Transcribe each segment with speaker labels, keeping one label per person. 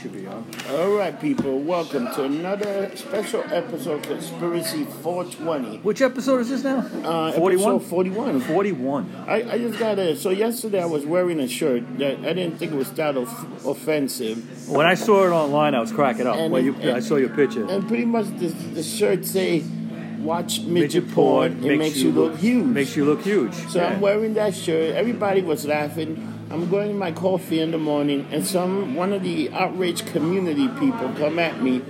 Speaker 1: should be on.
Speaker 2: All right, people, welcome to another special episode of Conspiracy 420.
Speaker 1: Which episode is this now?
Speaker 2: Uh,
Speaker 1: 41?
Speaker 2: episode 41.
Speaker 1: 41.
Speaker 2: I, I just got a. So, yesterday I was wearing a shirt that I didn't think was that of, offensive.
Speaker 1: When I saw it online, I was cracking up.
Speaker 2: And-
Speaker 1: Well, you,
Speaker 2: and-
Speaker 1: I saw your picture.
Speaker 2: And pretty much the, the shirt say, watch midget,
Speaker 1: Midget
Speaker 2: porn,
Speaker 1: porn
Speaker 2: it makes, you look, huge.
Speaker 1: Makes you look huge.
Speaker 2: So
Speaker 1: Yeah.
Speaker 2: I'm wearing that shirt. Everybody was laughing. I'm going to my coffee in the morning, and some one of the outraged community people come at me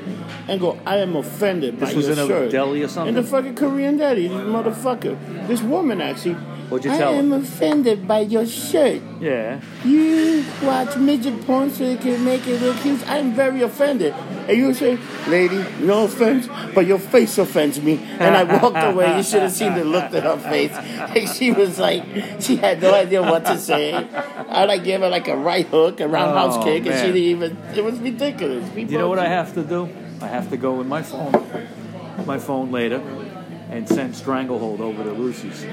Speaker 2: and go, "I am offended by
Speaker 1: This was
Speaker 2: your
Speaker 1: in a
Speaker 2: shirt."
Speaker 1: deli or something?
Speaker 2: In the fucking Korean deli, this motherfucker. This woman actually.
Speaker 1: What'd you
Speaker 2: I
Speaker 1: tell her?"
Speaker 2: am offended by your shirt.
Speaker 1: Yeah.
Speaker 2: You watch midget porn so it can make it look huge. I'm very offended. And you say, lady, no offense, but your face offends me. And I walked away. You should have seen the look on her face. Like she was like, she had no idea what to say. I like gave her like a right hook, a roundhouse
Speaker 1: Oh,
Speaker 2: kick, and
Speaker 1: man.
Speaker 2: she didn't even. It was ridiculous. People,
Speaker 1: You know what I have to do? I have to go with my phone, my phone later, and send Stranglehold over to Lucy's.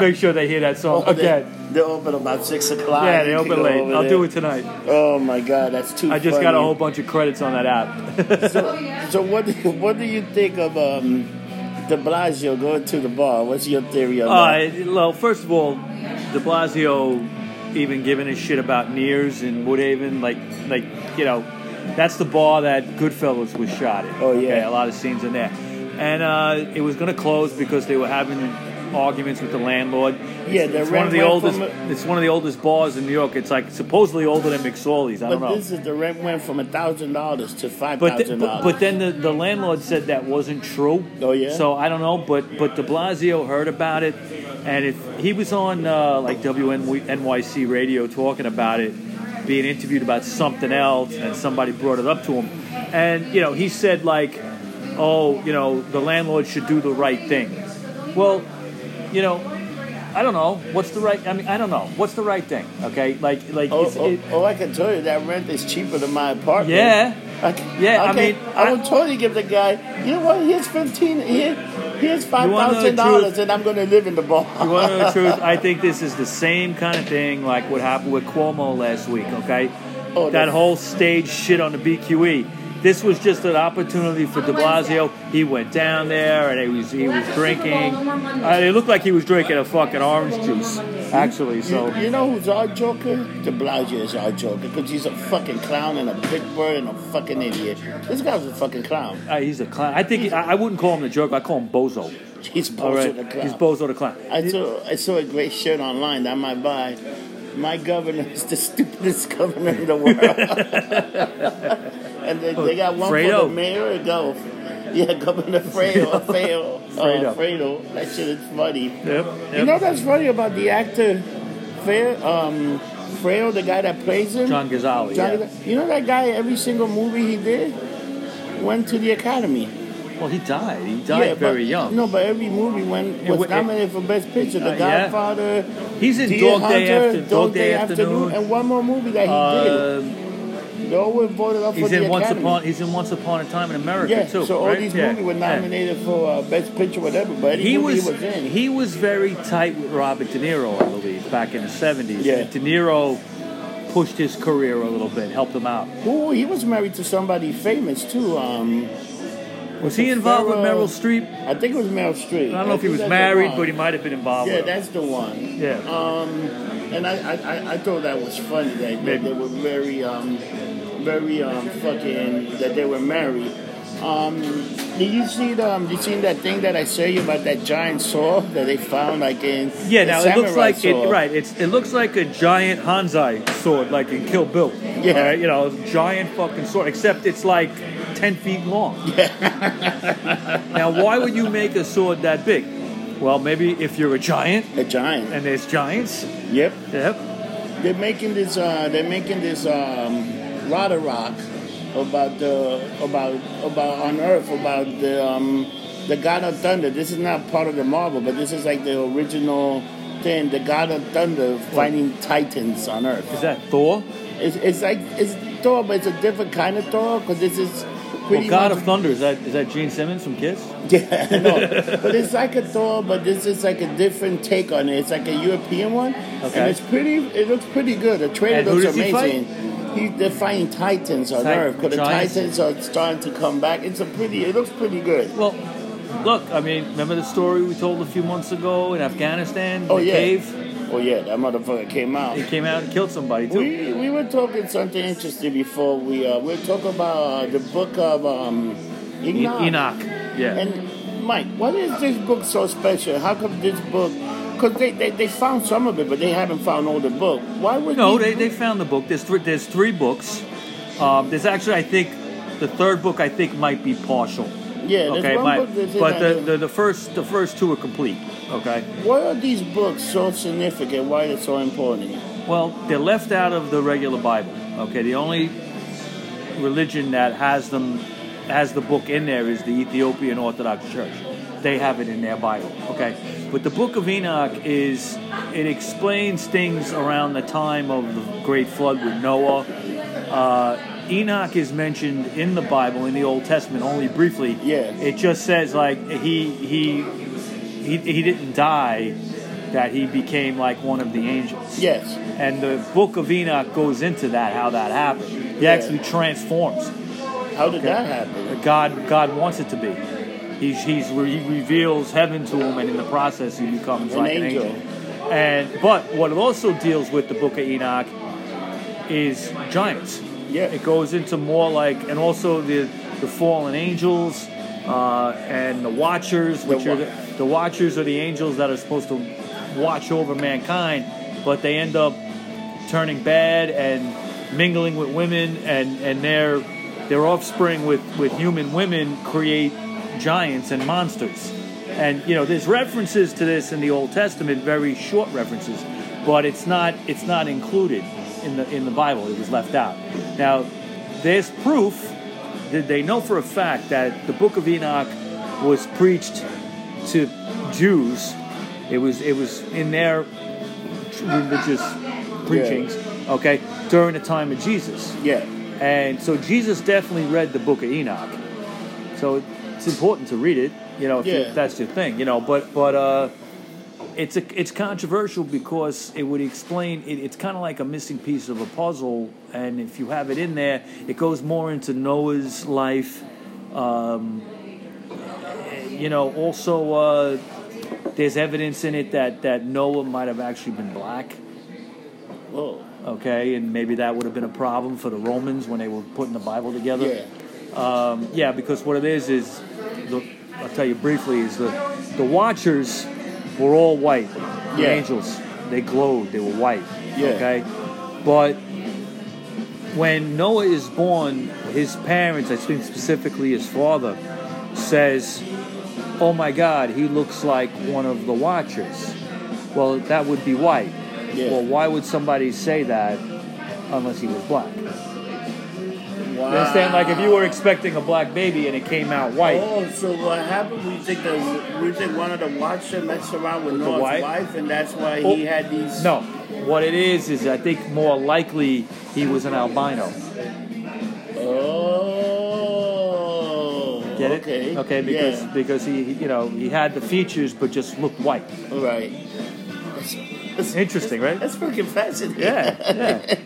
Speaker 1: Make sure they hear that song
Speaker 2: Oh, they,
Speaker 1: again.
Speaker 2: they open about six o'clock.
Speaker 1: Yeah, they
Speaker 2: You
Speaker 1: open
Speaker 2: can go
Speaker 1: late.
Speaker 2: over
Speaker 1: I'll
Speaker 2: there.
Speaker 1: do it tonight.
Speaker 2: Oh my god, that's too.
Speaker 1: I just
Speaker 2: funny.
Speaker 1: got a whole bunch of credits on that app.
Speaker 2: So, so what do you, what do you think of um, De Blasio going to the bar? What's your theory on
Speaker 1: Uh,
Speaker 2: that?
Speaker 1: it- well, first of all, De Blasio even giving a shit about Nears and Woodhaven, like, like you know, that's the bar that Goodfellas was shot at.
Speaker 2: Oh, yeah.
Speaker 1: Okay, a lot of scenes in there, and uh, it was going to close because they were having arguments with the landlord.
Speaker 2: Yeah,
Speaker 1: it's,
Speaker 2: they
Speaker 1: it's one
Speaker 2: ran
Speaker 1: of the
Speaker 2: away
Speaker 1: oldest.
Speaker 2: from
Speaker 1: It's one of the oldest bars in New York. It's like supposedly older than McSorley's. I
Speaker 2: But
Speaker 1: don't know.
Speaker 2: this is the rent went from thousand dollars to five
Speaker 1: But, th-
Speaker 2: thousand
Speaker 1: but
Speaker 2: dollars.
Speaker 1: but then the, the landlord said that wasn't true.
Speaker 2: Oh, yeah?
Speaker 1: So I don't know, but but De Blasio heard about it, and if he was on uh, like WNYC radio talking about it, being interviewed about something else, and somebody brought it up to him, and you know he said like, oh, you know the landlord should do the right thing. Well, you know. I don't know what's the right. I mean, I don't know what's the right thing. Okay, like like
Speaker 2: Oh,
Speaker 1: it's,
Speaker 2: oh,
Speaker 1: it,
Speaker 2: oh, I can tell you that rent is cheaper than my apartment.
Speaker 1: Yeah.
Speaker 2: I can,
Speaker 1: Yeah, I
Speaker 2: can-
Speaker 1: mean,
Speaker 2: I,
Speaker 1: I-
Speaker 2: will totally give the guy. You know what? Here's fifteen. Here, here's five
Speaker 1: wanna know the
Speaker 2: thousand dollars, and I'm going to live in the bar.
Speaker 1: You want to know the truth? I think this is the same kind of thing like what happened with Cuomo last week, okay?
Speaker 2: Oh,
Speaker 1: that
Speaker 2: no.
Speaker 1: whole stage shit on the BQE. This was just an opportunity for de Blasio. He went down there and he was, he was drinking. Uh, it looked like he was drinking a fucking orange juice, actually, so.
Speaker 2: You, you know who's our joker? De Blasio is our joker because he's a fucking clown and a big bird and a fucking idiot. This guy's a fucking clown.
Speaker 1: Uh, he's a clown. I think he, I, I wouldn't call him the jerk. I call him Bozo.
Speaker 2: He's bozo
Speaker 1: All right,
Speaker 2: the clown.
Speaker 1: he's Bozo the clown.
Speaker 2: I saw I saw a great shirt online that I might buy. My governor is the stupidest governor in the world. and they, they got one for
Speaker 1: Fredo.
Speaker 2: the mayor and go. Yeah, Governor Fredo. Fredo.
Speaker 1: Fredo.
Speaker 2: Uh, Fredo. That shit is funny.
Speaker 1: Yep,
Speaker 2: You
Speaker 1: yep.
Speaker 2: know that's funny about the actor Fair um Freo, the guy that plays him?
Speaker 1: John Gonzalez.
Speaker 2: Johnny-
Speaker 1: yeah.
Speaker 2: You know that guy every single movie he did went to the Academy.
Speaker 1: Well, he died. He died
Speaker 2: Yeah,
Speaker 1: very
Speaker 2: but,
Speaker 1: young.
Speaker 2: No, but every movie went was
Speaker 1: wa- it-
Speaker 2: nominated for Best Picture. The
Speaker 1: Uh, yeah.
Speaker 2: Godfather,
Speaker 1: He's in
Speaker 2: Deer
Speaker 1: Dog Day
Speaker 2: Hunter,
Speaker 1: After- Dog Day Afternoon.
Speaker 2: and one more movie that he
Speaker 1: Uh,
Speaker 2: did. They all were voted up for
Speaker 1: He's
Speaker 2: the
Speaker 1: in Once
Speaker 2: Academy.
Speaker 1: Upon He's in Once Upon a Time in America
Speaker 2: yeah,
Speaker 1: too.
Speaker 2: so all
Speaker 1: right?
Speaker 2: these
Speaker 1: Yeah,
Speaker 2: movies were
Speaker 1: yeah.
Speaker 2: nominated for uh, Best Picture, whatever. But every
Speaker 1: He
Speaker 2: movie
Speaker 1: was
Speaker 2: he was in.
Speaker 1: he was very tight with Robert De Niro, I believe, back in the seventies.
Speaker 2: Yeah.
Speaker 1: De Niro pushed his career a little bit, helped him out.
Speaker 2: Ooh, he was married to somebody famous too. Um,
Speaker 1: Was he involved with
Speaker 2: Farrell-
Speaker 1: Meryl Streep?
Speaker 2: I think it was Meryl Streep.
Speaker 1: I don't know if he
Speaker 2: think
Speaker 1: was
Speaker 2: that's the
Speaker 1: married,
Speaker 2: one.
Speaker 1: but he might have been involved.
Speaker 2: Yeah,
Speaker 1: with him.
Speaker 2: that's the one.
Speaker 1: Yeah.
Speaker 2: Um, and I, I, I- I thought that was funny that, that
Speaker 1: Maybe.
Speaker 2: they were very, um, very um, fucking that they were married. Um, did you see the? Um, you seen that thing that I showed you about that giant saw that they found like in?
Speaker 1: Yeah,
Speaker 2: the
Speaker 1: now it looks
Speaker 2: samurai
Speaker 1: like it,
Speaker 2: saw?
Speaker 1: right. It's it looks like a giant Hanzai sword, like in Kill Bill.
Speaker 2: Yeah.
Speaker 1: All right, you know, giant fucking sword. Except it's like ten feet long. now, why would you make a sword that big? Well, maybe if you're a giant,
Speaker 2: A giant.
Speaker 1: and there's giants.
Speaker 2: Yep.
Speaker 1: Yep.
Speaker 2: They're making this. Uh, they're making this um, Rada Rock about the about about on Earth about the um, the God of Thunder. This is not part of the Marvel, but this is like the original thing. The God of Thunder fighting Titans on Earth.
Speaker 1: Is that Thor?
Speaker 2: It's, it's like it's Thor, but it's a different kind of Thor because this is pretty
Speaker 1: Well, God
Speaker 2: much
Speaker 1: of Thunder is that is that Gene Simmons from Kiss?
Speaker 2: Yeah, I know. but it's like a Thor, but this is like a different take on it. It's like a European one,
Speaker 1: Okay.
Speaker 2: and it's pretty. It looks pretty good. The trailer
Speaker 1: And who
Speaker 2: looks
Speaker 1: does he fight?
Speaker 2: amazing. He, they're fighting Titans on
Speaker 1: Titan-
Speaker 2: Earth, because the
Speaker 1: giants?
Speaker 2: Titans are starting to come back. It's a pretty. It looks pretty good.
Speaker 1: Well, look, I mean, remember the story we told a few months ago in Afghanistan?
Speaker 2: Oh
Speaker 1: the
Speaker 2: yeah.
Speaker 1: cave?
Speaker 2: Oh yeah, that motherfucker came out.
Speaker 1: He came out and killed somebody too.
Speaker 2: We we were talking something interesting before we uh, we were talking about uh, the book of um,
Speaker 1: E-
Speaker 2: Enoch.
Speaker 1: Enoch. Yeah.
Speaker 2: And Mike, what is this book so special? How come this book? Because they, they, they found some of it, but they haven't found all the book. Why would
Speaker 1: No,
Speaker 2: these-
Speaker 1: they, they found the book. There's three, there's three books. Um, there's actually, I think, the third book I think might be partial.
Speaker 2: yeah? There's
Speaker 1: Okay,
Speaker 2: one
Speaker 1: my-
Speaker 2: book that's in
Speaker 1: but
Speaker 2: there.
Speaker 1: the, the, the first the first two are complete. Okay,
Speaker 2: why are these books so significant? Why they're so important?
Speaker 1: well they're left out of the regular Bible. Okay, the only religion that has them has the book in there is the Ethiopian Orthodox Church. They have it in their Bible. Okay, but the Book of Enoch is it explains things around the time of the Great Flood with Noah. Uh, Enoch is mentioned in the Bible in the Old Testament only briefly.
Speaker 2: Yeah.
Speaker 1: it just says like he he he, he didn't die. That he became like one of the angels.
Speaker 2: Yes.
Speaker 1: And the book of Enoch goes into that, how that happened. He
Speaker 2: Yeah.
Speaker 1: actually transforms.
Speaker 2: How did that happen?
Speaker 1: God, God wants it to be. He's, he's, he reveals heaven to him, and in the process, he becomes
Speaker 2: An
Speaker 1: like
Speaker 2: angel.
Speaker 1: an angel. And but what it also deals with the Book of Enoch is giants.
Speaker 2: Yeah.
Speaker 1: it goes into more like, and also the the fallen angels uh, and the Watchers, which
Speaker 2: wa-
Speaker 1: are the, the Watchers are the angels that are supposed to watch over mankind, but they end up turning bad and mingling with women and, and their their offspring with, with human women create giants and monsters. And you know, there's references to this in the Old Testament, very short references, but it's not it's not included in the in the Bible. It was left out. Now, there's proof that they know for a fact that the book of Enoch was preached to Jews. It was it was in their religious preachings, okay, during the time of Jesus.
Speaker 2: Yeah.
Speaker 1: And so Jesus definitely read the book of Enoch. So it's important to read it, you know, if you-
Speaker 2: Yeah.
Speaker 1: if that's your thing, you know, but but uh it's a, it's controversial because it would explain it, it's kind of like a missing piece of a puzzle and if you have it in there it goes more into Noah's life um, you know also uh, there's evidence in it that that Noah might have actually been black
Speaker 2: Whoa.
Speaker 1: okay and maybe that would have been a problem for the romans when they were putting the bible together
Speaker 2: Yeah.
Speaker 1: um, yeah because what it is is the, i'll tell you briefly is the, the watchers were all white the
Speaker 2: Yeah.
Speaker 1: angels they glowed they were white
Speaker 2: Yeah.
Speaker 1: okay but when noah is born his parents i think specifically his father says oh my god he looks like one of the watchers well that would be white
Speaker 2: Yeah.
Speaker 1: well why would somebody say that unless he was black
Speaker 2: Wow.
Speaker 1: you understand? Like if you were expecting a black baby and it came out white,
Speaker 2: Oh, so what happened? We think that we think one of the Watcher messed around with,
Speaker 1: the
Speaker 2: Noah's
Speaker 1: wife?
Speaker 2: wife, and that's why
Speaker 1: Oh.
Speaker 2: he had these.
Speaker 1: no. What it is is I think more likely he was an albino.
Speaker 2: Oh.
Speaker 1: Get it?
Speaker 2: okay.
Speaker 1: Okay. Because
Speaker 2: yeah.
Speaker 1: because he he- you know he had the features but just looked white.
Speaker 2: All right. That's, that's,
Speaker 1: Interesting, right?
Speaker 2: that's freaking fascinating.
Speaker 1: Yeah. Yeah.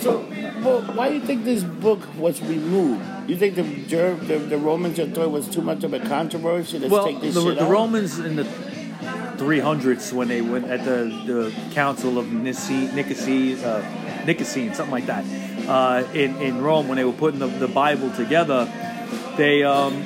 Speaker 2: So, well, why do you think this book was removed? You think the Jer- the, the Romans had thought it was too much of a controversy? Let's
Speaker 1: well,
Speaker 2: take
Speaker 1: the,
Speaker 2: this shit
Speaker 1: the
Speaker 2: out?
Speaker 1: Romans in the 300s when they went at the the Council of Nicae, Nicae, uh, Nicene, something like that, uh, in in Rome when they were putting the, the Bible together, they um,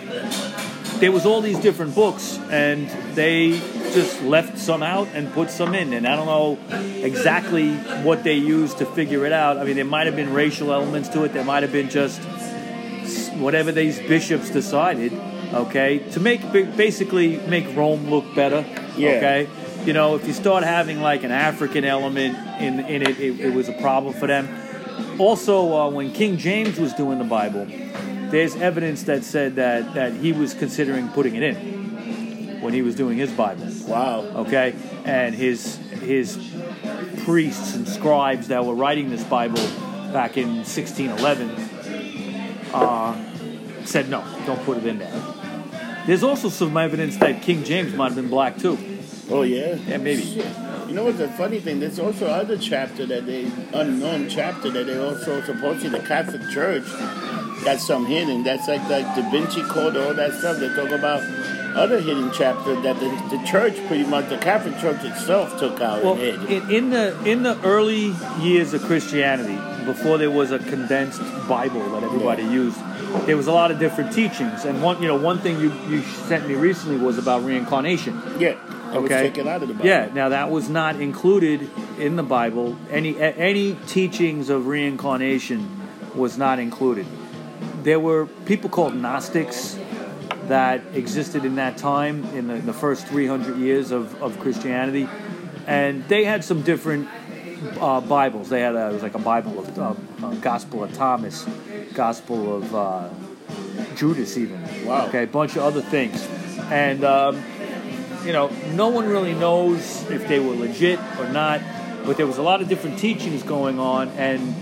Speaker 1: there was all these different books and they just left some out and put some in and i don't know exactly what they used to figure it out i mean there might have been racial elements to it there might have been just s- whatever these bishops decided okay to make ba- basically make rome look better
Speaker 2: Yeah.
Speaker 1: okay you know if you start having like an african element in, in it, it it was a problem for them also uh, when king james was doing the bible there's evidence that said that, that he was considering putting it in when he was doing his Bible.
Speaker 2: Wow.
Speaker 1: Okay, and his his priests and scribes that were writing this Bible back in 1611 uh, said no, don't put it in there. There's also some evidence that King James might have been black too.
Speaker 2: Oh yeah.
Speaker 1: Yeah, maybe.
Speaker 2: Shit. You know what's the funny thing? There's also other chapter that they unknown chapter that they also supposedly the Catholic Church got some hidden. That's like like Da Vinci Code, all that stuff. They talk about other hidden chapter that the, the church pretty much the Catholic Church itself took out
Speaker 1: Well,
Speaker 2: and hid.
Speaker 1: in, in the in the early years of Christianity, before there was a condensed Bible that everybody used, there was a lot of different teachings. And one, you know, one thing you you sent me recently was about reincarnation.
Speaker 2: yeah. It was
Speaker 1: okay.
Speaker 2: taken out of the Bible.
Speaker 1: Yeah. Now that was not included in the Bible. Any a- any teachings of reincarnation was not included. There were people called Gnostics that existed in that time in the, in the first 300 years of, of Christianity, and they had some different uh, Bibles. They had a, it was like a Bible of uh, uh, Gospel of Thomas, Gospel of uh, Judas, even.
Speaker 2: Wow.
Speaker 1: Okay, a bunch of other things, and. Um, you know, no one really knows if they were legit or not, but there was a lot of different teachings going on, and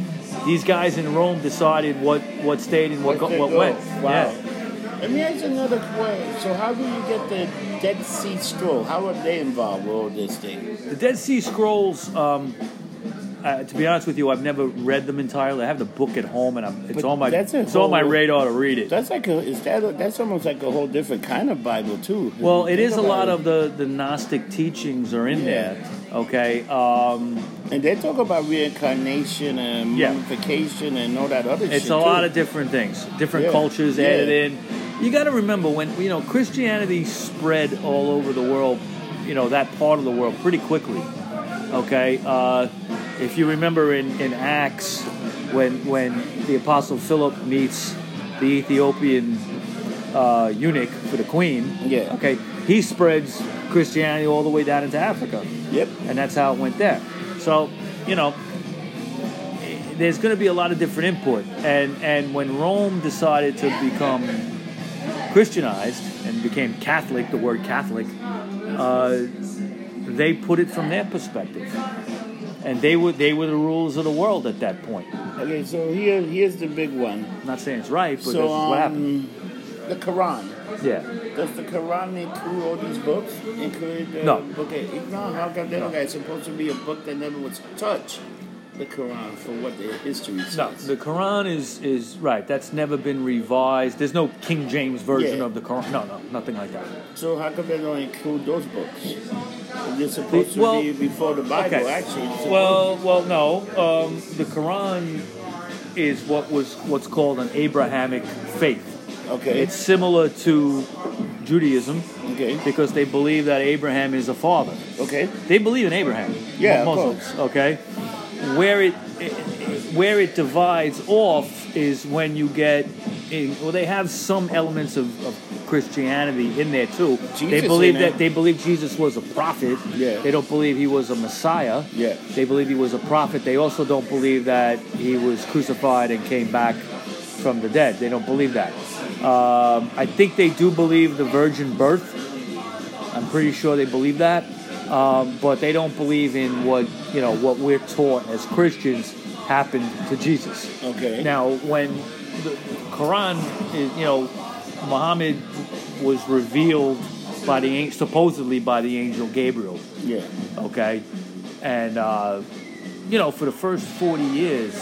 Speaker 1: these guys in Rome decided what, what stayed and what, go,
Speaker 2: What they
Speaker 1: what
Speaker 2: go.
Speaker 1: went.
Speaker 2: Wow.
Speaker 1: Yeah.
Speaker 2: Let me ask you another way. So how do you get the Dead Sea Scroll? How are they involved with all this thing?
Speaker 1: The Dead Sea Scrolls, um, uh, to be honest with you, I've never read them entirely. I have the book at home, and I'm, it's
Speaker 2: But
Speaker 1: on my
Speaker 2: that's a
Speaker 1: it's on my
Speaker 2: whole-
Speaker 1: radar to read it.
Speaker 2: That's like a is that a, that's almost like a whole different kind of Bible too.
Speaker 1: Well, it
Speaker 2: Think
Speaker 1: is a
Speaker 2: about
Speaker 1: lot
Speaker 2: it.
Speaker 1: of the, the Gnostic teachings are in
Speaker 2: Yeah.
Speaker 1: there. Okay. Um,
Speaker 2: and they talk about reincarnation and
Speaker 1: Yeah.
Speaker 2: mummification and all that other shit.
Speaker 1: It's a lot of different things, different
Speaker 2: Yeah.
Speaker 1: cultures
Speaker 2: Yeah.
Speaker 1: added in. You got to remember when you know Christianity spread all over the world, you know that part of the world pretty quickly. Okay, uh, if you remember in, in Acts when when the apostle Philip meets the Ethiopian uh, eunuch for the queen.
Speaker 2: Yeah.
Speaker 1: Okay, he spreads Christianity all the way down into Africa
Speaker 2: too. Yep.
Speaker 1: and that's how it went there. So, you know, there's going to be a lot of different input, and and when Rome decided to become Christianized and became Catholic, the word Catholic, uh, they put it from their perspective, and they were they were the rulers of the world at that point.
Speaker 2: Okay, so here here's the big one.
Speaker 1: I'm not saying it's right, but
Speaker 2: so
Speaker 1: this is what happened.
Speaker 2: um, the Quran.
Speaker 1: Yeah,
Speaker 2: Does the Quran include all these books? Include the
Speaker 1: No.
Speaker 2: Okay, if not, how come they don't? It's supposed to be a book that never was touched. The Quran for what the history says.
Speaker 1: no, the Quran is is right. That's never been revised. There's no King James version
Speaker 2: Yeah.
Speaker 1: of the Quran. No, no, nothing like that.
Speaker 2: So how come they don't include those books? They're supposed to
Speaker 1: Well-
Speaker 2: be before the Bible,
Speaker 1: Okay.
Speaker 2: actually. It's supposed-
Speaker 1: Well, well, no. Um, the Quran is what was what's called an Abrahamic faith.
Speaker 2: okay,
Speaker 1: It's similar to Judaism
Speaker 2: okay,
Speaker 1: because they believe that Abraham is a father.
Speaker 2: okay.
Speaker 1: They believe in Abraham.
Speaker 2: Yeah, of
Speaker 1: Muslims. Okay, where it, it where it divides off is when you get. In, well, they have some elements of, of Christianity in there too.
Speaker 2: Jesus
Speaker 1: they believe
Speaker 2: in it.
Speaker 1: that they believe Jesus was a prophet.
Speaker 2: Yeah.
Speaker 1: They don't believe he was a Messiah.
Speaker 2: Yeah.
Speaker 1: They believe he was a prophet. They also don't believe that he was crucified and came back from the dead. They don't believe that. Um, I think they do believe the virgin birth. I'm pretty sure they believe that, um, but they don't believe in what you know what we're taught as Christians happened to Jesus.
Speaker 2: Okay.
Speaker 1: Now, when the Quran, is, you know, Muhammad was revealed by the an- supposedly by the angel Gabriel
Speaker 2: Yeah.
Speaker 1: okay? And, uh, you know, for the first 40 years,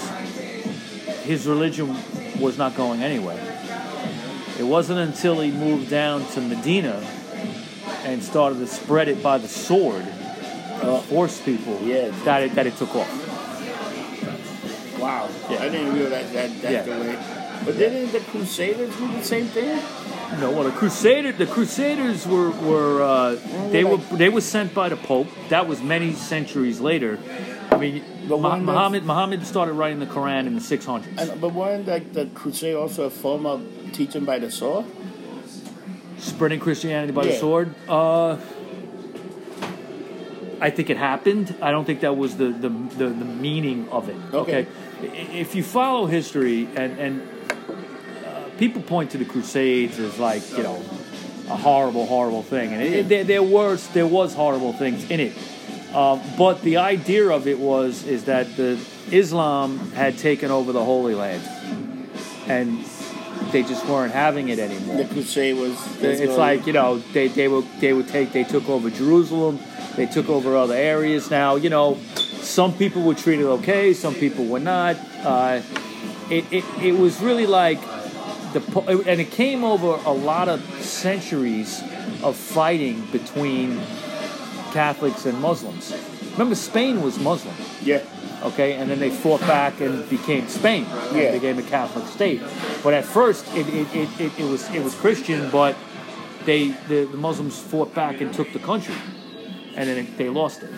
Speaker 1: his religion was not going anywhere. It wasn't until he moved down to Medina and started to spread it by the sword, uh, force people,
Speaker 2: Yes.
Speaker 1: that, it, that it took off.
Speaker 2: Wow.
Speaker 1: Yeah.
Speaker 2: I didn't realize that. That's
Speaker 1: Yeah.
Speaker 2: the way. But didn't the Crusaders do the same thing?
Speaker 1: You know, well, the Crusader, the Crusaders were, were uh, they were they were sent by the Pope. That was many centuries later. I mean,
Speaker 2: But
Speaker 1: Mu-
Speaker 2: when the-
Speaker 1: Muhammad Muhammad started writing the Quran in the 600s.
Speaker 2: And, but weren't like the Crusade also a form of teaching by the sword?
Speaker 1: spreading Christianity by the
Speaker 2: Yeah.
Speaker 1: sword. Uh, I think it happened. I don't think that was the the, the, the meaning of it.
Speaker 2: Okay.
Speaker 1: I- If you follow history, and and uh, people point to the Crusades as like you know a horrible, horrible thing, and it, it- there there was there was horrible things in it. Um, but the idea of it was is that the Islam had taken over the Holy Land, and they just weren't having it anymore.
Speaker 2: The crusade was.
Speaker 1: It's like you know they, they will they would take they took over Jerusalem, they took over other areas. Now you know some people were treated okay, some people were not. Uh, it, it it was really like the po- and it came over a lot of centuries of fighting between Catholics and Muslims. Remember, Spain was Muslim,
Speaker 2: yeah,
Speaker 1: okay, and then they fought back and became Spain. and
Speaker 2: Yeah.
Speaker 1: became a Catholic state. But at first, it, it, it, it, it was it was Christian, but they the, the Muslims fought back and took the country, and then it, they lost it.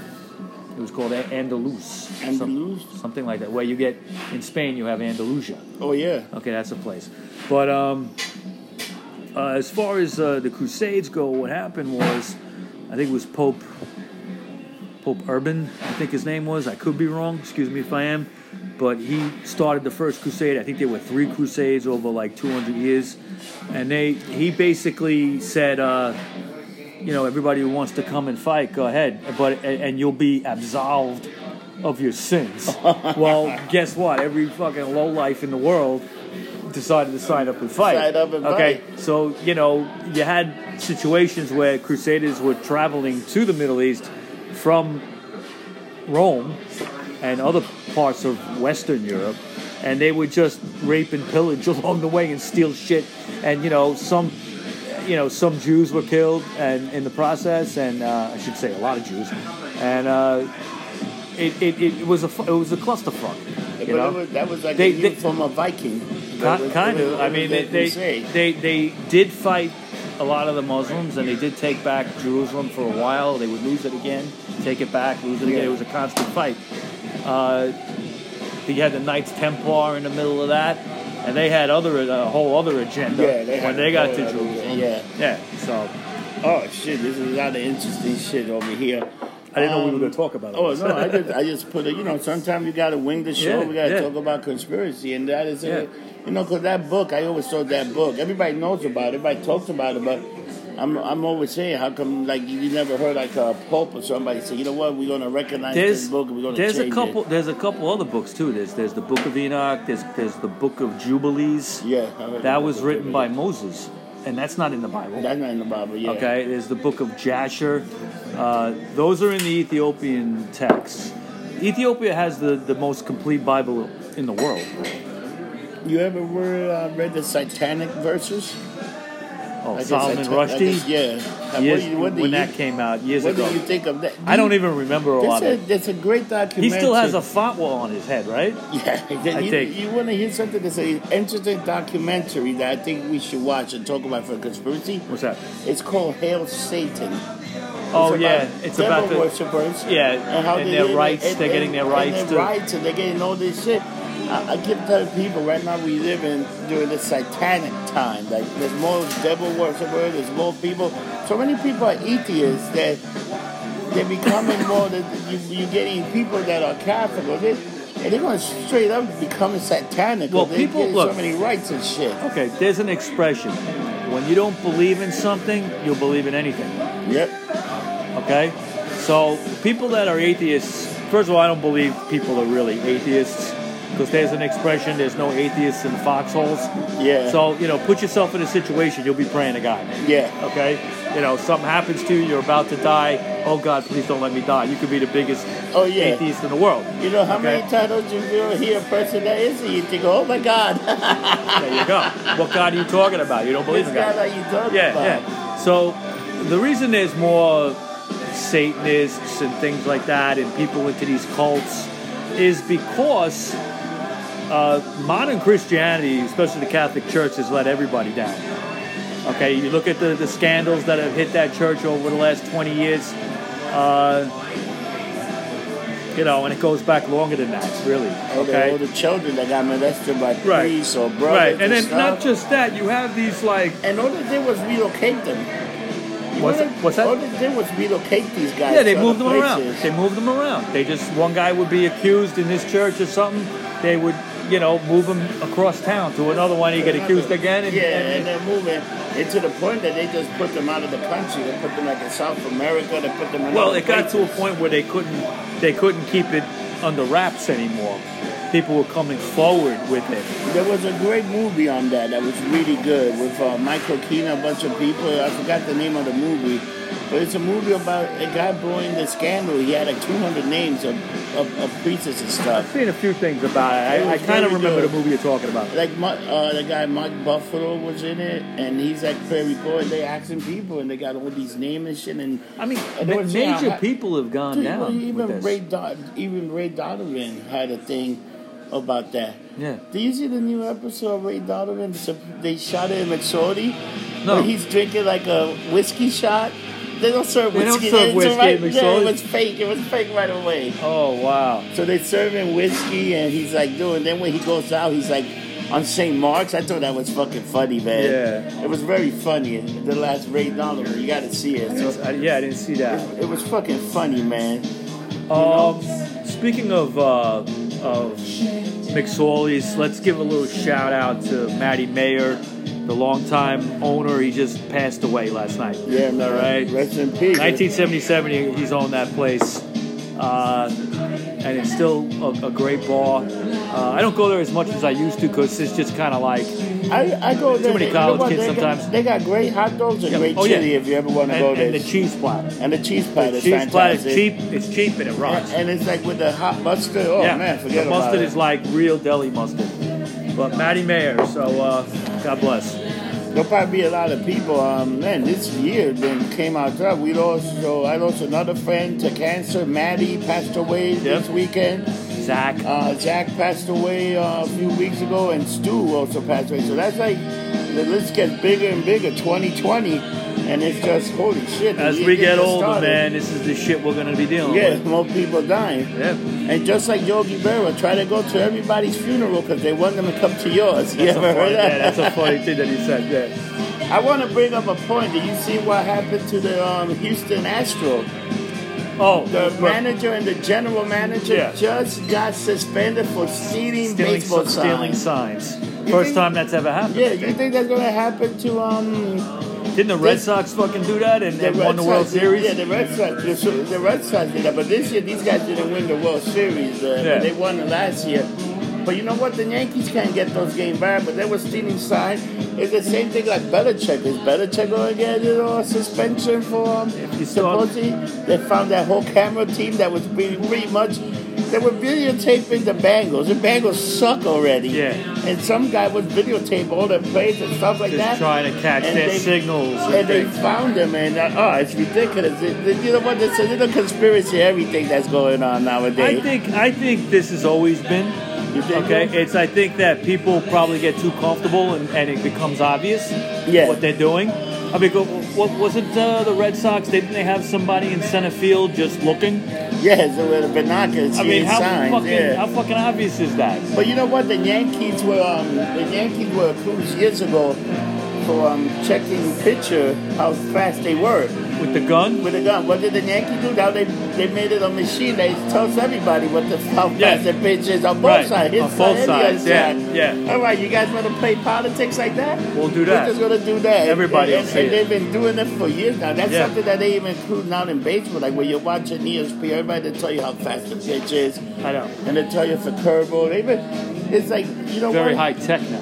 Speaker 1: It was called A- Andalus, some-
Speaker 2: Andalus?
Speaker 1: something like that. Where you get in Spain, you have Andalusia.
Speaker 2: oh yeah.
Speaker 1: Okay, that's a place. But um, uh, as far as uh, the Crusades go, what happened was, I think it was Pope Pope Urban, I think his name was. I could be wrong. Excuse me if I am. But he started the first crusade. I think there were three crusades over like 200 years, and they he basically said, uh, you know, everybody who wants to come and fight, go ahead, but and, and you'll be absolved of your sins. well, guess what? Every fucking low life in the world decided to sign up and fight.
Speaker 2: Sign up and
Speaker 1: okay,
Speaker 2: fight.
Speaker 1: so you know you had situations where crusaders were traveling to the Middle East from Rome and other parts of Western Europe, and they would just rape and pillage along the way and steal shit. And you know, some, you know, some Jews were killed, and in the process, and uh, I should say a lot of Jews, and uh, it, it, it was a fu- it was a clusterfuck. You
Speaker 2: but
Speaker 1: know?
Speaker 2: it was, that was like
Speaker 1: They-
Speaker 2: a
Speaker 1: they-
Speaker 2: youth from a Viking. That
Speaker 1: Ki-
Speaker 2: was-
Speaker 1: kind
Speaker 2: it
Speaker 1: of.
Speaker 2: was-
Speaker 1: I
Speaker 2: it
Speaker 1: mean,
Speaker 2: was
Speaker 1: they
Speaker 2: a
Speaker 1: they,
Speaker 2: crusade.
Speaker 1: they they did fight a lot of the Muslims, and they did take back Jerusalem for a while. They would lose it again, take it back, lose it again.
Speaker 2: Yeah.
Speaker 1: It was a constant fight. Uh, you had the Knights Templar in the middle of that, and they had other a whole other agenda
Speaker 2: Yeah, they had
Speaker 1: when they got to
Speaker 2: a whole other-
Speaker 1: Jerusalem.
Speaker 2: yeah.
Speaker 1: yeah. So
Speaker 2: Oh shit! This is a lot of interesting shit over here.
Speaker 1: I didn't know we
Speaker 2: Um,
Speaker 1: were going to talk about it.
Speaker 2: Oh no! I just I just put it. You know, sometimes you gotta wing the show.
Speaker 1: Yeah,
Speaker 2: we gotta
Speaker 1: yeah.
Speaker 2: talk about conspiracy, and that is
Speaker 1: Yeah.
Speaker 2: it. You know, because that book, I always thought that book. Everybody knows about it. Everybody talks about it, but. I'm, I'm always saying, how come like you never heard like a pope or somebody say, you know what, we're gonna recognize
Speaker 1: there's
Speaker 2: this book, and we're gonna
Speaker 1: there's a
Speaker 2: change
Speaker 1: couple
Speaker 2: It.
Speaker 1: there's a couple other books too. There's there's the Book of Enoch. There's there's the Book of Jubilees.
Speaker 2: Yeah, I heard
Speaker 1: That
Speaker 2: about
Speaker 1: was
Speaker 2: the
Speaker 1: written
Speaker 2: Jubilees.
Speaker 1: by Moses, and that's not in the Bible.
Speaker 2: That's not in the Bible. Yeah.
Speaker 1: Okay, there's the book of Jasher. Uh, those are in the Ethiopian texts. Ethiopia has the, the most complete Bible in the world.
Speaker 2: You ever were uh, read the Satanic verses?
Speaker 1: Oh,
Speaker 2: I guess
Speaker 1: Solomon
Speaker 2: I took- I
Speaker 1: Rushdie.
Speaker 2: guess, yeah. And
Speaker 1: Years-
Speaker 2: what, do you- what do
Speaker 1: when
Speaker 2: you,
Speaker 1: that came out years
Speaker 2: what
Speaker 1: ago,
Speaker 2: do you think of that?
Speaker 1: I don't even remember a lot
Speaker 2: This
Speaker 1: of
Speaker 2: is
Speaker 1: it.
Speaker 2: that's a great
Speaker 1: He
Speaker 2: documentary.
Speaker 1: still has a fatwa on his head, right?
Speaker 2: Yeah,
Speaker 1: I
Speaker 2: you,
Speaker 1: think.
Speaker 2: you want to hear something that's an interesting documentary that I think we should watch and talk about for conspiracy.
Speaker 1: What's that?
Speaker 2: It's called Hail Satan.
Speaker 1: Oh yeah, it's
Speaker 2: devil
Speaker 1: about the
Speaker 2: worshippers.
Speaker 1: yeah, and their
Speaker 2: live
Speaker 1: rights, they're getting their rights
Speaker 2: And
Speaker 1: to-
Speaker 2: their rights, and they're getting all this shit. I, I keep telling people right now we live in during the satanic time. Like there's more devil worshippers, there's more people. So many people are atheists that they're becoming more. That you, you're getting people that are Catholic or this. And they're going straight up becoming satanic. 'cause
Speaker 1: Well,
Speaker 2: they're
Speaker 1: people-
Speaker 2: getting
Speaker 1: look.
Speaker 2: so many rights and shit.
Speaker 1: okay. There's an expression: when you don't believe in something, you'll believe in anything.
Speaker 2: Yep.
Speaker 1: Okay? So, people that are atheists, first of all, I don't believe people are really atheists because there's an expression there's no atheists in foxholes.
Speaker 2: Yeah.
Speaker 1: So, you know, put yourself in a situation, you'll be praying to God.
Speaker 2: Yeah.
Speaker 1: Okay? You know, something happens to you, you're about to die. Oh, God, please don't let me die. You could be the biggest
Speaker 2: Oh, yeah.
Speaker 1: atheist in the world.
Speaker 2: You know how
Speaker 1: Okay.
Speaker 2: many titles you will hear a person that is, and you think, oh my God.
Speaker 1: There you go. what God are you talking about? You don't believe
Speaker 2: This
Speaker 1: in
Speaker 2: guy
Speaker 1: God.
Speaker 2: that you talking
Speaker 1: yeah,
Speaker 2: about.
Speaker 1: yeah. So the reason there's more Satanists and things like that, and people into these cults, is because uh, modern Christianity, especially the Catholic Church, has let everybody down. Okay, you look at the, the scandals that have hit that church over the last 20 years, uh, you know, and it goes back longer than that, really.
Speaker 2: All the-
Speaker 1: Okay,
Speaker 2: All the children that got molested by
Speaker 1: right,
Speaker 2: priests or brothers.
Speaker 1: right, and then
Speaker 2: stuff.
Speaker 1: not just that, you have these like
Speaker 2: And all they did was relocate them. You
Speaker 1: What's
Speaker 2: know
Speaker 1: that- what's that?
Speaker 2: All they did was relocate these guys.
Speaker 1: Yeah, they
Speaker 2: to
Speaker 1: moved them
Speaker 2: other
Speaker 1: around.
Speaker 2: places.
Speaker 1: They moved them around. They just one guy would be accused in this church or something. They would, you know, move him across town to another one. He get accused again. And,
Speaker 2: yeah, and they're moving. And to the point that they just put them out of the country. They put them like in South America. They put them. In
Speaker 1: well,
Speaker 2: other
Speaker 1: it got to a
Speaker 2: places.
Speaker 1: point where they couldn't they couldn't keep it under wraps anymore. people were coming forward with it.
Speaker 2: There was a great movie on that that was really good with uh, Michael Keaton, a bunch of people. I forgot the name of the movie, but it's a movie about a guy blowing the scandal. He had like 200 names of, of, of preachers and
Speaker 1: I've
Speaker 2: stuff.
Speaker 1: seen a few things about it.
Speaker 2: It
Speaker 1: I, I
Speaker 2: was
Speaker 1: kind of
Speaker 2: very
Speaker 1: remember
Speaker 2: good.
Speaker 1: the movie you're talking about.
Speaker 2: Like Mu- uh, the guy Mike Buffalo was in it, and he's like Prairie Boy. And they asking people, and they got all these names and shit. And
Speaker 1: I mean,
Speaker 2: I
Speaker 1: ma-
Speaker 2: don't see how
Speaker 1: major
Speaker 2: high-
Speaker 1: people have gone
Speaker 2: Dude, well,
Speaker 1: down with
Speaker 2: even
Speaker 1: this.
Speaker 2: Ray Dod- even Ray Donovan had a thing about that.
Speaker 1: Yeah.
Speaker 2: Do you see the new episode of Ray Donovan? It's a- They shot it in McSorley.
Speaker 1: No.
Speaker 2: Where he's drinking like a whiskey shot. They don't serve
Speaker 1: They don't
Speaker 2: whiskey.
Speaker 1: serve
Speaker 2: It's
Speaker 1: whiskey
Speaker 2: right-
Speaker 1: in
Speaker 2: yeah,
Speaker 1: McSorley?
Speaker 2: it was fake. It was fake right away.
Speaker 1: Oh wow!
Speaker 2: So they serve him whiskey, and he's like doing. Then when he goes out, he's like on St. Mark's. I thought that was fucking funny, man.
Speaker 1: Yeah.
Speaker 2: It was very funny. The last Ray Donovan, you got to see it. So
Speaker 1: I- Uh, yeah, I didn't see that.
Speaker 2: it was fucking funny, man.
Speaker 1: Um, speaking of uh, of McSorley's, let's give a little shout out to Matty Mayer, the longtime owner. He just passed away last night.
Speaker 2: Yeah, man.
Speaker 1: All right.
Speaker 2: Rest in peace.
Speaker 1: 1977, he's owned that place, uh, and it's still a, a great bar. Uh, I don't go there as much as I used to because it's just kind of like
Speaker 2: I, I go there.
Speaker 1: many
Speaker 2: you know
Speaker 1: college
Speaker 2: what,
Speaker 1: kids
Speaker 2: they
Speaker 1: sometimes.
Speaker 2: Got, they got great hot dogs and
Speaker 1: Yeah.
Speaker 2: great
Speaker 1: Oh, yeah.
Speaker 2: chili if you ever want to
Speaker 1: and,
Speaker 2: go there.
Speaker 1: and the cheese platter.
Speaker 2: And the cheese platter is
Speaker 1: Cheese platter is
Speaker 2: fantastic.
Speaker 1: cheap. It's cheap and it rocks.
Speaker 2: And, and it's like with the hot mustard. Oh
Speaker 1: yeah,
Speaker 2: man, forget
Speaker 1: the
Speaker 2: about
Speaker 1: mustard
Speaker 2: it.
Speaker 1: is like real deli mustard. But Matty Mayer, so uh, God bless.
Speaker 2: There'll probably be a lot of people. Um, man, this year then came out tough. We lost. So I lost another friend to cancer. Maddie passed away this weekend.
Speaker 1: Zach,
Speaker 2: Uh, Jack passed away uh, a few weeks ago, and Stu also passed away. So that's like the list gets bigger and bigger. 2020, and it's just holy shit. the
Speaker 1: as
Speaker 2: year
Speaker 1: we
Speaker 2: just
Speaker 1: get older,
Speaker 2: started.
Speaker 1: man, this is the shit we're gonna be dealing
Speaker 2: Yeah,
Speaker 1: with.
Speaker 2: more people dying.
Speaker 1: Yeah,
Speaker 2: And just like Yogi Berra, try to go to everybody's funeral because they want them to come to yours. You
Speaker 1: that's, a
Speaker 2: ever
Speaker 1: funny,
Speaker 2: heard
Speaker 1: yeah,
Speaker 2: that?
Speaker 1: that's a funny thing that he said. Yeah.
Speaker 2: I want to bring up a point. Did you see what happened to the um, Houston Astros?
Speaker 1: Oh,
Speaker 2: The
Speaker 1: but
Speaker 2: manager and the general manager
Speaker 1: Yeah.
Speaker 2: just got suspended for stealing,
Speaker 1: stealing,
Speaker 2: baseball
Speaker 1: stealing
Speaker 2: signs.
Speaker 1: signs.
Speaker 2: You
Speaker 1: First
Speaker 2: think-
Speaker 1: time that's ever happened.
Speaker 2: Yeah, you think that's gonna happen to um
Speaker 1: Didn't the Red
Speaker 2: This-
Speaker 1: Sox fucking do that and,
Speaker 2: the
Speaker 1: and won
Speaker 2: Red
Speaker 1: the World
Speaker 2: Sox?
Speaker 1: Series?
Speaker 2: Yeah, the Red Sox. The, so- the Red Sox did that, but this year these guys didn't win the World Series. Uh,
Speaker 1: Yeah.
Speaker 2: but They won it last year. But you know what? The Yankees can't get those games back. But they were stealing signs. It's the same thing like Belichick. Is Belichick gonna get you know a suspension for um,
Speaker 1: you saw-
Speaker 2: supposedly they found that whole camera team that was pretty, pretty much. They were videotaping the Bengals. The Bengals suck already.
Speaker 1: Yeah.
Speaker 2: And some guy was videotaping all their plays and stuff like
Speaker 1: Just
Speaker 2: that.
Speaker 1: trying to catch
Speaker 2: And
Speaker 1: their
Speaker 2: they-
Speaker 1: signals and
Speaker 2: And they
Speaker 1: things.
Speaker 2: found him, and uh, oh, it's ridiculous. It- it- you know what? There's a little conspiracy, everything that's going on nowadays.
Speaker 1: I think I think this has always been.
Speaker 2: You think
Speaker 1: Okay,
Speaker 2: so?
Speaker 1: it's I think that people probably get too comfortable and, and it becomes obvious
Speaker 2: Yeah.
Speaker 1: what they're doing. I mean, go- what wasn't uh, the Red Sox? Didn't they have somebody in center field just looking?
Speaker 2: yes, with the binoculars,
Speaker 1: I mean,
Speaker 2: seeing
Speaker 1: how
Speaker 2: signs,
Speaker 1: fucking
Speaker 2: yeah.
Speaker 1: how fucking obvious is that?
Speaker 2: But you know what? The Yankees were um, the Yankees were accused years ago for um, checking picture how fast they were
Speaker 1: With the gun?
Speaker 2: with a gun. What did the Yankees do? Now they they made it a machine that tells everybody what the how
Speaker 1: Yeah.
Speaker 2: fast the pitch is on both
Speaker 1: Right.
Speaker 2: sides. His
Speaker 1: On both
Speaker 2: side and the
Speaker 1: sides, yeah,
Speaker 2: other side.
Speaker 1: yeah.
Speaker 2: All right, you guys want to play politics like that?
Speaker 1: We'll do that.
Speaker 2: We're just gonna do that.
Speaker 1: Everybody
Speaker 2: and,
Speaker 1: will
Speaker 2: and,
Speaker 1: see
Speaker 2: and
Speaker 1: it.
Speaker 2: they've been doing it for years now. That's
Speaker 1: Yeah.
Speaker 2: something that they even include now in baseball. Like when you're watching E ESPN, everybody will tell you how fast the pitch is.
Speaker 1: I know.
Speaker 2: And they tell you for curveball. They even it's like you know
Speaker 1: Very
Speaker 2: what?
Speaker 1: high tech now.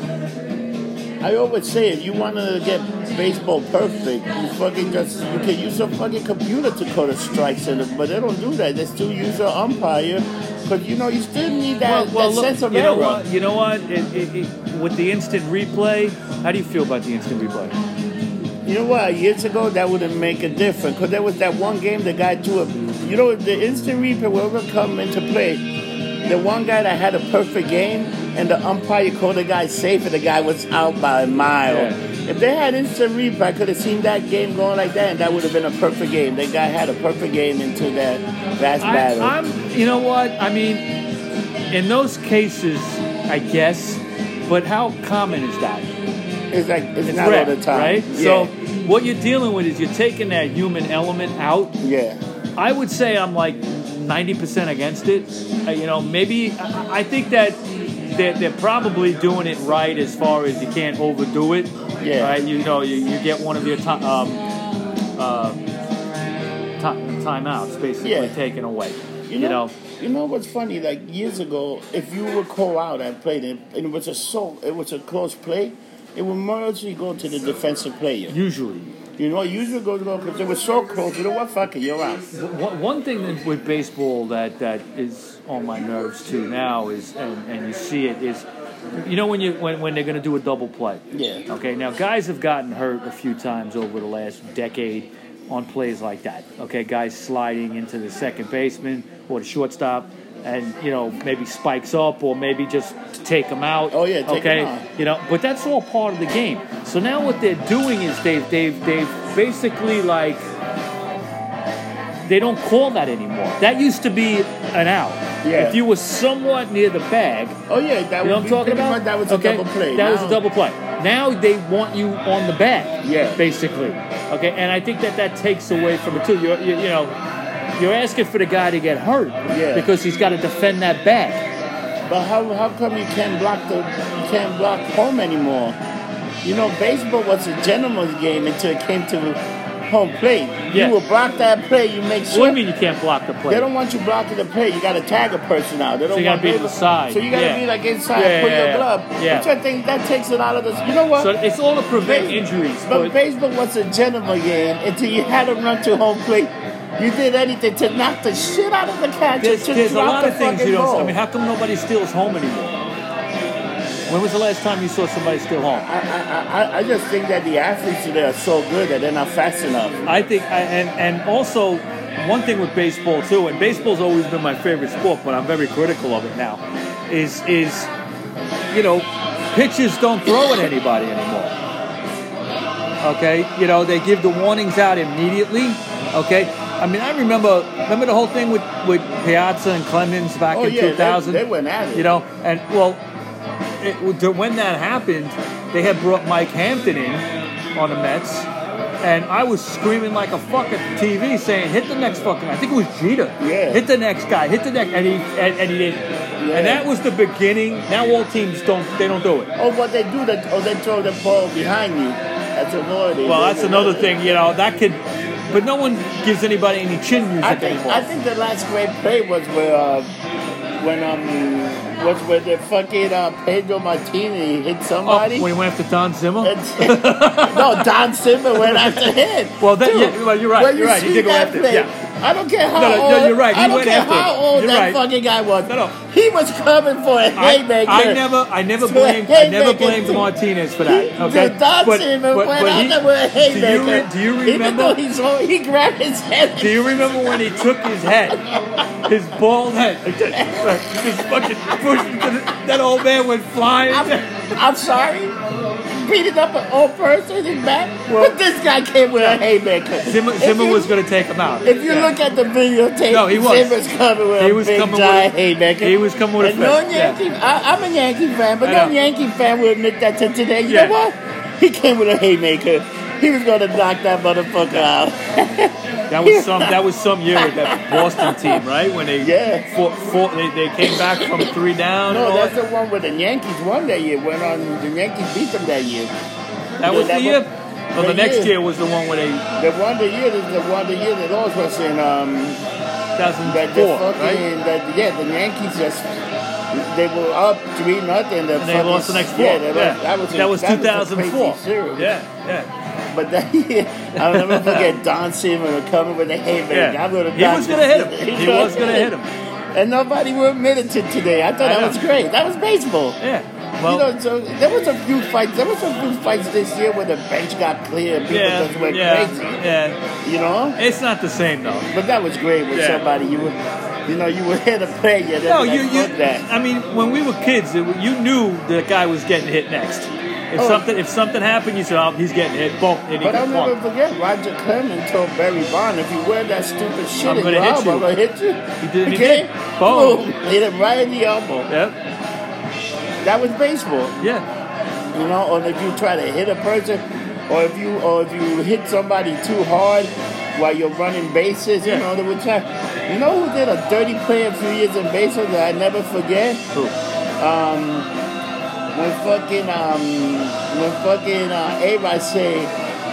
Speaker 2: I always say if you want to get baseball perfect, you fucking just you can use a fucking computer to call the strikes in it, but they don't do that. They still use an umpire, but you know you still need that, that
Speaker 1: look,
Speaker 2: sense of
Speaker 1: you know
Speaker 2: error.
Speaker 1: what? You know what? It, it, it, with the instant replay, how do you feel about the instant replay?
Speaker 2: You know what? Years ago, that wouldn't make a difference because there was that one game the guy threw a. You know, the instant replay will ever come into play. The one guy that had a perfect game and the umpire called the guy safe and the guy was out by a mile.
Speaker 1: Yeah.
Speaker 2: If they had instant replay, I could have seen that game going like that and that would have been a perfect game. The guy had a perfect game into that last battle.
Speaker 1: I, I'm, you know what? I mean, in those cases, I guess, but how common is that?
Speaker 2: it's like, it's,
Speaker 1: It's
Speaker 2: not
Speaker 1: rare,
Speaker 2: all the time.
Speaker 1: right?
Speaker 2: Yeah.
Speaker 1: So what you're dealing with is you're taking that human element out.
Speaker 2: yeah.
Speaker 1: I would say I'm like 90% against it. Uh, you know, maybe I, I think that they're, they're probably doing it right as far as you can't overdo it.
Speaker 2: Yeah.
Speaker 1: Right? You know, you, you get one of your ti um, uh, ti timeouts basically
Speaker 2: Yeah.
Speaker 1: taken away. You
Speaker 2: You
Speaker 1: know?
Speaker 2: know- You know what's funny? Like years ago, if you would call out, I played it, and it was a so it was a close play. It would mostly go to the defensive player.
Speaker 1: Usually,
Speaker 2: You know, it usually goes to because it was so close. You know what? Fuck it, you're out.
Speaker 1: One, one thing that with baseball that, that is on my nerves too now is, and, and you see it is, you know when you when, when they're going to do a double play.
Speaker 2: Yeah.
Speaker 1: Okay. Now guys have gotten hurt a few times over the last decade on plays like that. Okay, guys sliding into the second baseman or the shortstop, and you know maybe spikes up or maybe just take them out.
Speaker 2: Oh, yeah, take 'em
Speaker 1: okay.
Speaker 2: out.
Speaker 1: You know, but that's all part of the game. So now what they're doing is they've they've they've basically like they don't call that anymore. That used to be an out.
Speaker 2: Yeah.
Speaker 1: If you were somewhat near the bag,
Speaker 2: Oh yeah, that
Speaker 1: you know what
Speaker 2: was
Speaker 1: I'm talking about?
Speaker 2: That was a
Speaker 1: okay.
Speaker 2: double play.
Speaker 1: That was a
Speaker 2: Now-
Speaker 1: double play. Now they want you on the bag.
Speaker 2: Yeah.
Speaker 1: Basically. Okay, and I think that that takes away from it too. You're, you, you know, you're asking for the guy to get hurt
Speaker 2: Yeah.
Speaker 1: because he's got to defend that bag.
Speaker 2: But how how come you can't block the you can't block home anymore? You know, baseball was a gentleman's game until it came to home plate.
Speaker 1: Yeah.
Speaker 2: You will block that play. You make sure.
Speaker 1: What do you mean you can't block the play?
Speaker 2: They don't want you blocking the play. You got to tag a person out. They don't
Speaker 1: you gotta
Speaker 2: want
Speaker 1: be to
Speaker 2: they-
Speaker 1: the side.
Speaker 2: So you got to
Speaker 1: Yeah.
Speaker 2: be like inside,
Speaker 1: Yeah,
Speaker 2: put
Speaker 1: yeah,
Speaker 2: your
Speaker 1: yeah.
Speaker 2: glove.
Speaker 1: Yeah.
Speaker 2: Which I think that takes it out of the. You know what?
Speaker 1: so it's all to prevent injuries.
Speaker 2: But,
Speaker 1: But,
Speaker 2: baseball was a gentleman game until you had him run to home plate. You did anything to knock the shit out of the catcher.
Speaker 1: there's,
Speaker 2: to
Speaker 1: there's a
Speaker 2: drop
Speaker 1: lot
Speaker 2: the
Speaker 1: of things
Speaker 2: fucking
Speaker 1: you don't.
Speaker 2: ball.
Speaker 1: I mean, how come nobody steals home anymore? When was the last time you saw somebody steal home?
Speaker 2: I, I, I- I just think that the athletes today are so good that they're not fast enough.
Speaker 1: I think, I, and and also one thing with baseball too, and baseball's always been my favorite sport, but I'm very critical of it now. Is is you know, pitchers don't throw at anybody anymore. Okay, you know they give the warnings out immediately. Okay, I mean I remember remember the whole thing with with Piazza and Clemens back
Speaker 2: Oh,
Speaker 1: in
Speaker 2: yeah, they-
Speaker 1: 2000.
Speaker 2: they went at it.
Speaker 1: You know, and well, it, to- when that happened, they had brought Mike Hampton in on the Mets, and I was screaming like a fuck at the TV, saying, "Hit the next fucking!" I think it was Jeter.
Speaker 2: Yeah.
Speaker 1: Hit the next guy. Hit the next, and he and, and he didn't. And
Speaker 2: Yeah.
Speaker 1: that was the beginning. Now all teams don't they don't do it.
Speaker 2: Or what Oh, they do, that, or they throw the ball behind you. That's a void.
Speaker 1: Well, that's another thing. You know that could, but no one gives anybody any chin music
Speaker 2: I think
Speaker 1: anymore.
Speaker 2: I think the last great play was where uh, when um was where the fucking uh, Pedro Martinez hit
Speaker 1: Oh,
Speaker 2: somebody.
Speaker 1: when he went after Don Zimmer.
Speaker 2: That's- no, Don Simba went after him.
Speaker 1: Well, that-
Speaker 2: Dude,
Speaker 1: yeah, well, you're right,
Speaker 2: when
Speaker 1: you're
Speaker 2: you
Speaker 1: right, he
Speaker 2: see
Speaker 1: did go
Speaker 2: that
Speaker 1: after him,
Speaker 2: play,
Speaker 1: yeah.
Speaker 2: I don't care how
Speaker 1: No, no,
Speaker 2: old.
Speaker 1: no, you're right, he
Speaker 2: I don't
Speaker 1: went
Speaker 2: care
Speaker 1: after
Speaker 2: how
Speaker 1: him.
Speaker 2: old
Speaker 1: You're
Speaker 2: that
Speaker 1: right.
Speaker 2: fucking guy was.
Speaker 1: No, no.
Speaker 2: He was coming for a
Speaker 1: I,
Speaker 2: haymaker.
Speaker 1: I never, I never
Speaker 2: To a
Speaker 1: blamed, I never
Speaker 2: haymaker
Speaker 1: blamed
Speaker 2: to-
Speaker 1: Martinez for that.
Speaker 2: He-
Speaker 1: Okay,
Speaker 2: The Don Simba went out
Speaker 1: he-
Speaker 2: there with a
Speaker 1: do you, re-
Speaker 2: haymaker.
Speaker 1: do you
Speaker 2: Even though
Speaker 1: remember?
Speaker 2: he's old, he grabbed his head.
Speaker 1: Do you remember when he took his head, his bald head, and just, just fucking pushed it to the, that old man went flying?
Speaker 2: I'm, I'm sorry. Beating up an old person in back.
Speaker 1: Well-
Speaker 2: but this guy came with a haymaker.
Speaker 1: Zimmer,
Speaker 2: If
Speaker 1: Zimmer
Speaker 2: you-
Speaker 1: was going to take him out.
Speaker 2: If you
Speaker 1: Yeah.
Speaker 2: look at the videotape,
Speaker 1: No, he was.
Speaker 2: Zimmer's coming with
Speaker 1: He
Speaker 2: a
Speaker 1: was
Speaker 2: big
Speaker 1: coming with
Speaker 2: giant
Speaker 1: a-
Speaker 2: haymaker.
Speaker 1: he was coming with a
Speaker 2: and no
Speaker 1: fist, yeah.
Speaker 2: Yankee. I, I'm a Yankee fan, but
Speaker 1: I
Speaker 2: no
Speaker 1: know.
Speaker 2: Yankee fan would admit that to today. You
Speaker 1: Yeah.
Speaker 2: know what? He came with a haymaker. He was gonna knock that motherfucker out.
Speaker 1: That was some. That was some year with that Boston team, right? When they
Speaker 2: Yeah.
Speaker 1: fought, fought, they, they came back from three down. and
Speaker 2: No,
Speaker 1: all
Speaker 2: that's
Speaker 1: that
Speaker 2: the one where the Yankees won that year. Went on the Yankees beat them that year.
Speaker 1: That was
Speaker 2: that
Speaker 1: the
Speaker 2: was-
Speaker 1: year. Well, the
Speaker 2: that
Speaker 1: next
Speaker 2: year.
Speaker 1: year was the one where they
Speaker 2: The one the year that the one the year that all was in um that the
Speaker 1: 2004, right?
Speaker 2: fucking that yeah the Yankees just they were up three nothing.
Speaker 1: And they lost the next four.
Speaker 2: Yeah, they lost, that was a-
Speaker 1: that was
Speaker 2: that was a
Speaker 1: 2004.
Speaker 2: crazy series.
Speaker 1: yeah, yeah.
Speaker 2: But that year, I'll never forget Don Seaman coming with a haymaker.
Speaker 1: Yeah.
Speaker 2: I'm gonna
Speaker 1: He was
Speaker 2: knock
Speaker 1: gonna hit
Speaker 2: this-
Speaker 1: him.
Speaker 2: He's
Speaker 1: He was gonna hit him.
Speaker 2: And nobody would admit it to today. I thought
Speaker 1: I
Speaker 2: that
Speaker 1: know.
Speaker 2: was great. That was baseball.
Speaker 1: Yeah. Well,
Speaker 2: you know, so there was a few fights. There was a few fights this year where the bench got clear and people
Speaker 1: yeah,
Speaker 2: just went
Speaker 1: yeah,
Speaker 2: crazy.
Speaker 1: yeah.
Speaker 2: You know,
Speaker 1: It's not the same though.
Speaker 2: but that was great with
Speaker 1: Yeah.
Speaker 2: somebody you would, you know, you would hit a player. that
Speaker 1: No,
Speaker 2: was
Speaker 1: you,
Speaker 2: like,
Speaker 1: you.
Speaker 2: "Fuck that.
Speaker 1: I mean, when we were kids, it, you knew the guy was getting hit next. If
Speaker 2: Oh.
Speaker 1: something, if something happened, you said, "Oh, he's getting hit." Boom, and he
Speaker 2: But I'll
Speaker 1: gets
Speaker 2: never
Speaker 1: one.
Speaker 2: forget Roger Clemens told Barry Bond, if you wear that stupid shit
Speaker 1: I'm
Speaker 2: in
Speaker 1: gonna
Speaker 2: your
Speaker 1: hit
Speaker 2: elbow,
Speaker 1: you."
Speaker 2: I'm gonna hit you.
Speaker 1: He did, and he
Speaker 2: Okay?
Speaker 1: did. Boom.
Speaker 2: Hit him right in the elbow.
Speaker 1: Yep.
Speaker 2: That was baseball,
Speaker 1: Yeah.
Speaker 2: you know. Or if you try to hit a person, or if you or if you hit somebody too hard while you're running bases,
Speaker 1: Yeah.
Speaker 2: you know, they would try. You know who did a dirty play a few years in baseball that I never forget?
Speaker 1: Who?
Speaker 2: um, When fucking um, when fucking uh, Rod say,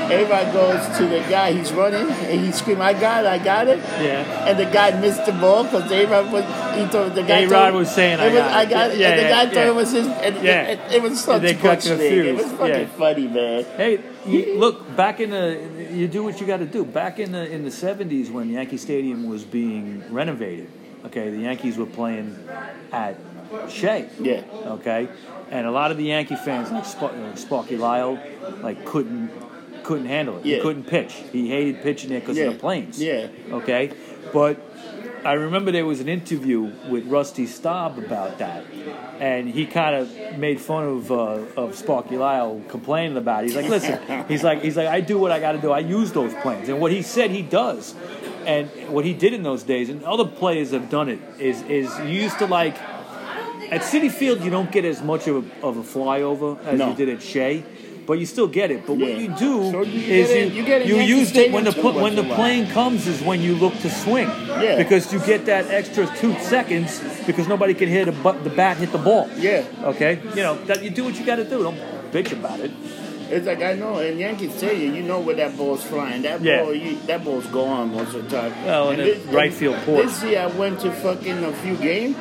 Speaker 2: Everybody goes to the guy. He's running and he's screaming, "I got it! I got it!"
Speaker 1: Yeah.
Speaker 2: And the guy missed the ball because A-Rod was. He thought the guy.
Speaker 1: A-Rod
Speaker 2: told him-
Speaker 1: was saying,
Speaker 2: it
Speaker 1: "I
Speaker 2: was,
Speaker 1: got it."
Speaker 2: I got it.
Speaker 1: Yeah,
Speaker 2: and the
Speaker 1: yeah,
Speaker 2: guy thought
Speaker 1: yeah.
Speaker 2: it was his. And
Speaker 1: Yeah.
Speaker 2: It, it was such
Speaker 1: They
Speaker 2: a
Speaker 1: got
Speaker 2: It was
Speaker 1: confused.
Speaker 2: fucking
Speaker 1: Yeah.
Speaker 2: funny, man.
Speaker 1: Hey, you, look back in the you do what you got to do. Back in the in the seventies when Yankee Stadium was being renovated, okay, the Yankees were playing at Shea.
Speaker 2: Yeah.
Speaker 1: Okay, and a lot of the Yankee fans like Spark, you know, Sparky Lyle, like couldn't couldn't handle it. He
Speaker 2: Yeah.
Speaker 1: couldn't pitch. He hated pitching there because
Speaker 2: Yeah.
Speaker 1: of the planes.
Speaker 2: Yeah.
Speaker 1: Okay, but I remember there was an interview with Rusty Staub about that, and he kind of made fun of uh, of Sparky Lyle complaining about it. He's like, "Listen, he's like, he's like, I do what I got to do. I use those planes." And what he said he does, and what he did in those days, and other players have done it, is is you used to like at City Field you don't get as much of a, of a flyover as
Speaker 2: No.
Speaker 1: you did at Shea. But you still get it. But what
Speaker 2: Yeah.
Speaker 1: you do
Speaker 2: So you
Speaker 1: is
Speaker 2: get it-
Speaker 1: you
Speaker 2: you get it Yankee
Speaker 1: use it when the
Speaker 2: Stadium
Speaker 1: pl-
Speaker 2: too
Speaker 1: when the
Speaker 2: once in a while.
Speaker 1: plane comes is when you look to swing.
Speaker 2: Yeah.
Speaker 1: Because you get that extra two seconds because nobody can hit the, bu- the bat hit the ball.
Speaker 2: Yeah.
Speaker 1: Okay. You know that you do what you got to do. Don't bitch about it.
Speaker 2: It's like I know in Yankee Stadium, you know where that ball's flying. That
Speaker 1: Yeah.
Speaker 2: ball, you, that ball's gone most of the time.
Speaker 1: Well, and then right field porch.
Speaker 2: This year, I went to fucking a few game,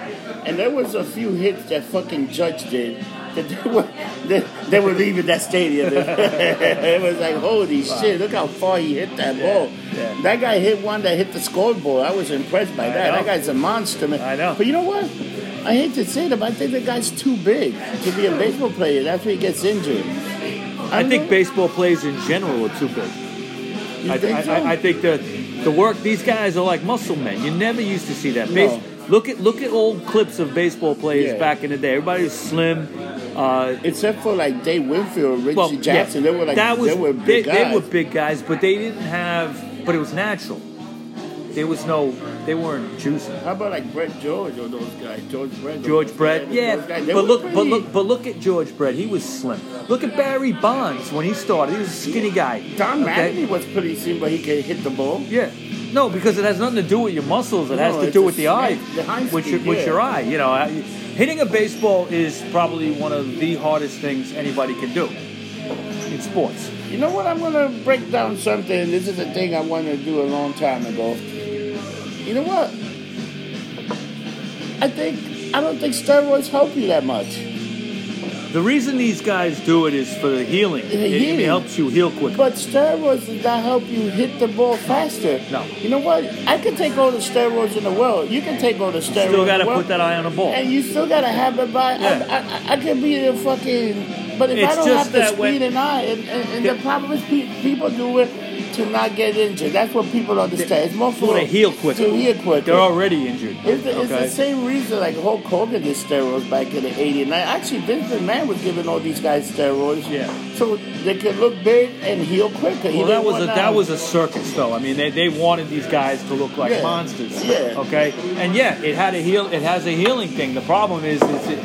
Speaker 2: and there was a few hits that fucking Judge did that they were they, they were leaving that stadium. it was like holy shit! Look how far he hit that ball.
Speaker 1: yeah.
Speaker 2: That guy hit one that hit the scoreboard. I was impressed by that.
Speaker 1: know.
Speaker 2: That guy's a monster, man.
Speaker 1: I know.
Speaker 2: But you know what? I hate to say it, but I think the guy's too big to be a baseball player. That's where he gets injured.
Speaker 1: I,
Speaker 2: don't
Speaker 1: think baseball players in general are too big. I,
Speaker 2: think
Speaker 1: I,
Speaker 2: so?
Speaker 1: I, I think the the work these guys are like muscle men. You never used to see that. Base,
Speaker 2: No.
Speaker 1: Look at look at old clips of baseball players
Speaker 2: Yeah.
Speaker 1: back in the day. Everybody was slim. Uh,
Speaker 2: Except for like Dave Winfield, Richie
Speaker 1: well,
Speaker 2: Jackson,
Speaker 1: yeah,
Speaker 2: they were like
Speaker 1: that was
Speaker 2: they were
Speaker 1: they,
Speaker 2: big
Speaker 1: they
Speaker 2: guys.
Speaker 1: were big guys, but they didn't have. But it was natural. There was no. They weren't juicing.
Speaker 2: How about like Brett George or those guys, George Brett?
Speaker 1: George Brett, yeah. But look, but look, but look at George Brett. He was slim. Look at Barry Bonds when he started. He was a skinny guy.
Speaker 2: Tom
Speaker 1: okay?
Speaker 2: Mattingly was pretty slim, but he could hit the ball.
Speaker 1: Yeah. No, because it has nothing to do with your muscles. It
Speaker 2: No,
Speaker 1: has to
Speaker 2: it's
Speaker 1: do
Speaker 2: a
Speaker 1: with the
Speaker 2: snap-
Speaker 1: eye,
Speaker 2: the eye
Speaker 1: with your
Speaker 2: speed,
Speaker 1: with
Speaker 2: yeah.
Speaker 1: your eye. You know, I- hitting a baseball is probably one of the hardest things anybody can do in sports.
Speaker 2: You know what? I'm gonna break down something. This is a thing I wanted to do a long time ago. You know what? I think I don't think steroids help you that much.
Speaker 1: The reason these guys do it is for the healing. It, it
Speaker 2: healing.
Speaker 1: helps you heal quicker.
Speaker 2: But steroids does not help you hit the ball faster.
Speaker 1: No.
Speaker 2: You know what? I can take all the steroids in the world. You can take all the steroids.
Speaker 1: Still got to
Speaker 2: in the world.
Speaker 1: put that eye on the ball.
Speaker 2: And you still gotta have it by.
Speaker 1: Yeah.
Speaker 2: I, I, I could be the fucking. But if
Speaker 1: It's
Speaker 2: I don't
Speaker 1: just
Speaker 2: have the
Speaker 1: that
Speaker 2: speed
Speaker 1: when-
Speaker 2: and I, and, and, and
Speaker 1: Yeah.
Speaker 2: the problem is pe- people do it to not get injured. That's what people understand. It's more for
Speaker 1: to heal quicker.
Speaker 2: To heal quicker.
Speaker 1: They're already injured.
Speaker 2: It's the, it's
Speaker 1: okay?
Speaker 2: the same reason like Hulk Hogan did steroids back in the 80s. And I- Actually, Vince McMahon was giving all these guys steroids.
Speaker 1: Yeah.
Speaker 2: So they could look big and heal quicker. He
Speaker 1: Well, that
Speaker 2: didn't
Speaker 1: was a
Speaker 2: want
Speaker 1: that
Speaker 2: to-
Speaker 1: was a circus, though. I mean, they, they wanted these guys to look like
Speaker 2: Yeah.
Speaker 1: monsters.
Speaker 2: Yeah.
Speaker 1: Okay. And yeah, it had a heal. It has a healing thing. The problem is, is it,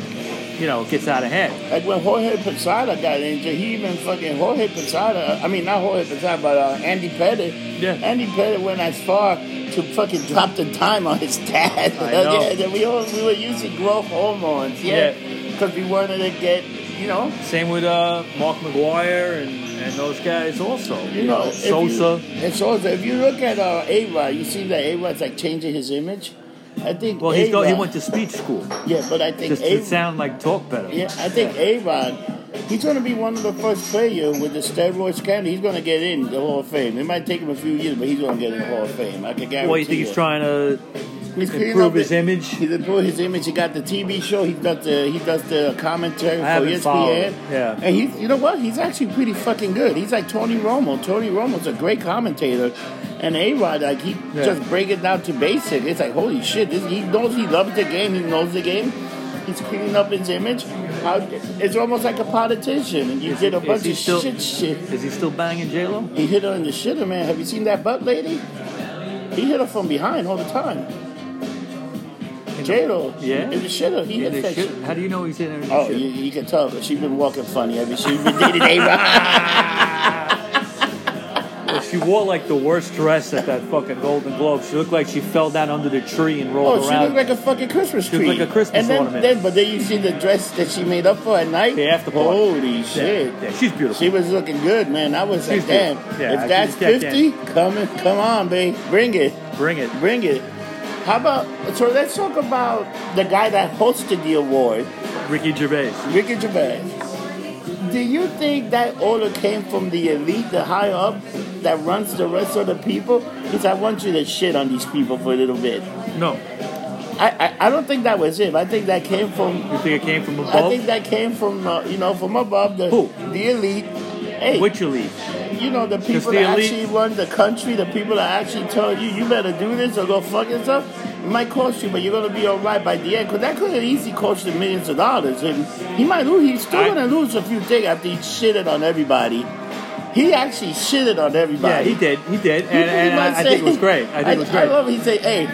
Speaker 1: you know, it gets out of hand.
Speaker 2: Like when Jorge Posada got injured, he even fucking Jorge Posada. I mean, not Jorge Posada, but uh, Andy Pettit.
Speaker 1: Yeah.
Speaker 2: Andy Pettit went as far to fucking drop the time on his dad.
Speaker 1: I know.
Speaker 2: yeah, we all we were using growth hormones. Yeah. Because we wanted to get, you know,
Speaker 1: Same with uh, Mark McGuire and, and those guys also.
Speaker 2: you know, if you-
Speaker 1: Sosa.
Speaker 2: and Sosa. If you look at uh, A Rod, you see that A Rod's like changing his image. I think.
Speaker 1: well, he's go, he
Speaker 2: A-Rod-
Speaker 1: went to speech school
Speaker 2: Yeah, but I think
Speaker 1: just
Speaker 2: A.
Speaker 1: to sound like talk better.
Speaker 2: Yeah, I think Avon, he's going to be one of the first players with the steroid scandal. He's going to get in the Hall of Fame. It might take him a few years, but he's going to get in the Hall of Fame. I can guarantee
Speaker 1: Well, you think he's trying to
Speaker 2: He's cleaning
Speaker 1: improve
Speaker 2: up
Speaker 1: his
Speaker 2: the-
Speaker 1: image?
Speaker 2: He's improved his image. He got the TV show. He does the he does the commentary
Speaker 1: I
Speaker 2: for E
Speaker 1: haven't
Speaker 2: ESPN.
Speaker 1: followed, yeah.
Speaker 2: and he's you know what? He's actually pretty fucking good. He's like Tony Romo. Tony Romo's a great commentator, and A Rod like he
Speaker 1: Yeah.
Speaker 2: just break it down to basic. It's like holy shit. This, he knows he loves the game. He knows the game. He's cleaning up his image. How, it's almost like a politician. And you did a
Speaker 1: is
Speaker 2: bunch
Speaker 1: he
Speaker 2: of
Speaker 1: still-
Speaker 2: shit shit.
Speaker 1: Is he still banging J Lo?
Speaker 2: He hit her in the shitter, man. Have you seen that butt lady? He hit her from behind all the time. J-Lo.
Speaker 1: Yeah?
Speaker 2: In the shitter. He hit that shit.
Speaker 1: How do you know he's in there? in the
Speaker 2: Oh,
Speaker 1: shit?
Speaker 2: you, you can tell she's been walking funny. I mean, she's been dating A-Rod.
Speaker 1: She wore like the worst dress at that fucking Golden Globe. She looked like she fell down under the tree and rolled
Speaker 2: Oh, she
Speaker 1: around.
Speaker 2: looked like a fucking Christmas
Speaker 1: looked
Speaker 2: tree.
Speaker 1: like a Christmas
Speaker 2: and then,
Speaker 1: ornament.
Speaker 2: Then, but then you see the dress that she made up for at night.
Speaker 1: The after party.
Speaker 2: Holy
Speaker 1: Yeah,
Speaker 2: shit!
Speaker 1: yeah, she's beautiful.
Speaker 2: She was looking good, man. I was
Speaker 1: She's
Speaker 2: like, damn.
Speaker 1: beautiful. Yeah, I
Speaker 2: if that's
Speaker 1: just kept
Speaker 2: fifty, come and come on, babe, bring it,
Speaker 1: Bring it.
Speaker 2: bring it. How about so? Let's talk about the guy that hosted the award,
Speaker 1: Ricky Gervais.
Speaker 2: Ricky Gervais. Do you think that order came from the elite, the high up, that runs the rest of the people? Because I want you to shit on these people for a little bit.
Speaker 1: No.
Speaker 2: I, I, I don't think that was him. I think that came from
Speaker 1: You think it came from
Speaker 2: I
Speaker 1: above?
Speaker 2: think that came from uh, you know from above the
Speaker 1: Who?
Speaker 2: the elite. Hey,
Speaker 1: Which you leave?
Speaker 2: you know the people
Speaker 1: the
Speaker 2: that
Speaker 1: elite-
Speaker 2: actually run the country, the people that actually tell you you better do this or go fuck yourself. It might cost you, but you're gonna be all right by the end. Cause that could have easily cost you millions of dollars, and he might lose. He's still
Speaker 1: I-
Speaker 2: gonna lose a few things after he shitted on everybody. He actually shitted on everybody.
Speaker 1: Yeah, he did. He did. And,
Speaker 2: He pretty
Speaker 1: and I,
Speaker 2: much
Speaker 1: I think it
Speaker 2: said-
Speaker 1: was great. I think it was
Speaker 2: I
Speaker 1: great.
Speaker 2: love he said, "Hey,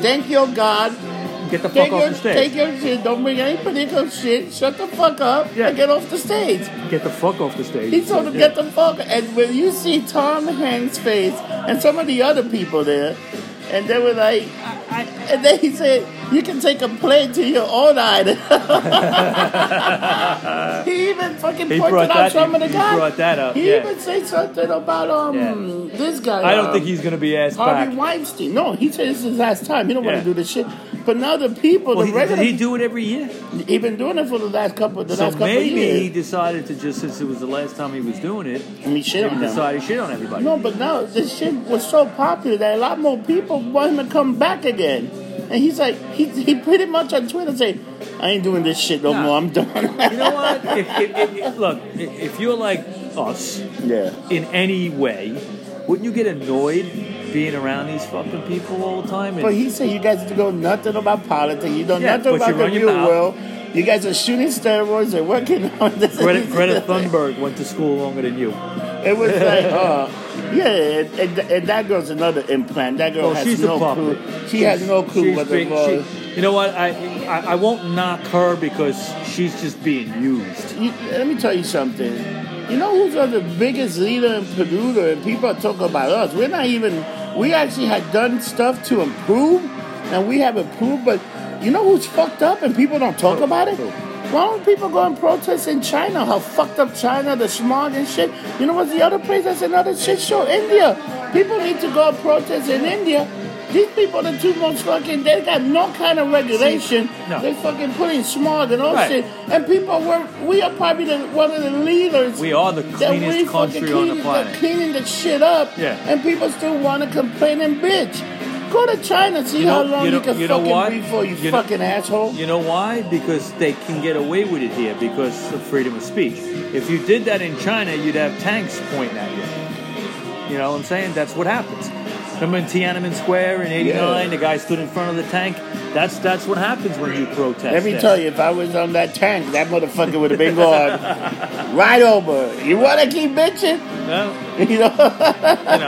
Speaker 2: thank your God."
Speaker 1: Get the
Speaker 2: Take
Speaker 1: fuck off
Speaker 2: your,
Speaker 1: the
Speaker 2: take
Speaker 1: stage.
Speaker 2: your shit. Don't bring any political shit. Shut the fuck up
Speaker 1: Yeah.
Speaker 2: and get off the stage.
Speaker 1: Get the fuck off the stage.
Speaker 2: He told him
Speaker 1: Yeah.
Speaker 2: get the fuck. And when you see Tom Hanks' face and some of the other people there, and they were like, I, I, and then he said, "You can take a plane to your own island." he even fucking
Speaker 1: He
Speaker 2: pointed
Speaker 1: brought
Speaker 2: out
Speaker 1: that-
Speaker 2: some of the
Speaker 1: he
Speaker 2: guys.
Speaker 1: brought that up,
Speaker 2: He
Speaker 1: yeah.
Speaker 2: even said something about um
Speaker 1: Yeah.
Speaker 2: this guy.
Speaker 1: I don't
Speaker 2: um,
Speaker 1: think he's going to be asked
Speaker 2: Harvey
Speaker 1: back.
Speaker 2: Weinstein. No, he said this is his last time. He don't
Speaker 1: Yeah.
Speaker 2: want to do this shit. But now the people,
Speaker 1: Well,
Speaker 2: the
Speaker 1: he, did
Speaker 2: regular
Speaker 1: he do it every year?
Speaker 2: He's been doing it for the last couple, the
Speaker 1: So
Speaker 2: last couple of
Speaker 1: maybe he
Speaker 2: years.
Speaker 1: decided to just, since it was the last time he was doing it,
Speaker 2: And he shit
Speaker 1: he
Speaker 2: on them.
Speaker 1: decided to shit on everybody.
Speaker 2: No, but now this shit was so popular that a lot more people want him to come back again. And he's like, he, he pretty much on Twitter saying, I ain't doing this shit no
Speaker 1: Nah.
Speaker 2: more. I'm done.
Speaker 1: You know what? If, if, if, if- look, i- if you're like us
Speaker 2: yeah.
Speaker 1: in any way, wouldn't you get annoyed being around these fucking people all the time? And-
Speaker 2: But he said you guys know nothing about politics. You know
Speaker 1: Yeah,
Speaker 2: nothing
Speaker 1: but you
Speaker 2: about the
Speaker 1: run your
Speaker 2: real
Speaker 1: mouth.
Speaker 2: world. You guys are shooting steroids and working on this.
Speaker 1: Greta, Greta Thunberg went to school longer than you.
Speaker 2: It was like, uh, yeah, and, and, and that girl's another implant. That girl
Speaker 1: Well,
Speaker 2: has
Speaker 1: she's a
Speaker 2: no
Speaker 1: puppet.
Speaker 2: clue. She has no clue
Speaker 1: She's
Speaker 2: what the
Speaker 1: being-
Speaker 2: law is.
Speaker 1: she- you know what? I, I I won't knock her because she's just being used.
Speaker 2: You, let me tell you something. You know who's are the biggest leader in polluter, and people are talking about us. We're not even. We actually had done stuff to improve, and we have improved. But you know who's fucked up, and people don't talk about it.
Speaker 1: who?
Speaker 2: Why don't people go and protest in China? How fucked up China, the smog and shit. You know what's the other place that's another shit show? India. People need to go and protest in India. These people are the two most fucking. They got no kind of regulation.
Speaker 1: no.
Speaker 2: They fucking putting smog and all
Speaker 1: Right.
Speaker 2: shit. And people were, we are probably the, one of the leaders.
Speaker 1: We are the
Speaker 2: that we
Speaker 1: cleanest
Speaker 2: fucking
Speaker 1: country on the
Speaker 2: cleaning
Speaker 1: planet.
Speaker 2: Cleaning the shit up.
Speaker 1: Yeah.
Speaker 2: And people still want to complain and bitch. Go to China, see
Speaker 1: You know-
Speaker 2: how long
Speaker 1: you
Speaker 2: you,
Speaker 1: know-
Speaker 2: can
Speaker 1: you know
Speaker 2: fucking
Speaker 1: what?
Speaker 2: breathe for you,
Speaker 1: You know-
Speaker 2: fucking asshole.
Speaker 1: You know why? Because they can get away with it here because of freedom of speech. If you did that in China, you'd have tanks pointing at you. You know what I'm saying? That's what happens. Remember in Tiananmen Square in '89,
Speaker 2: Yeah.
Speaker 1: the guy stood in front of the tank. That's that's what happens when you protest.
Speaker 2: Let me
Speaker 1: there.
Speaker 2: tell you, if I was on that tank, that motherfucker would have been going right over. You want to keep bitching?
Speaker 1: Well,
Speaker 2: You know?
Speaker 1: you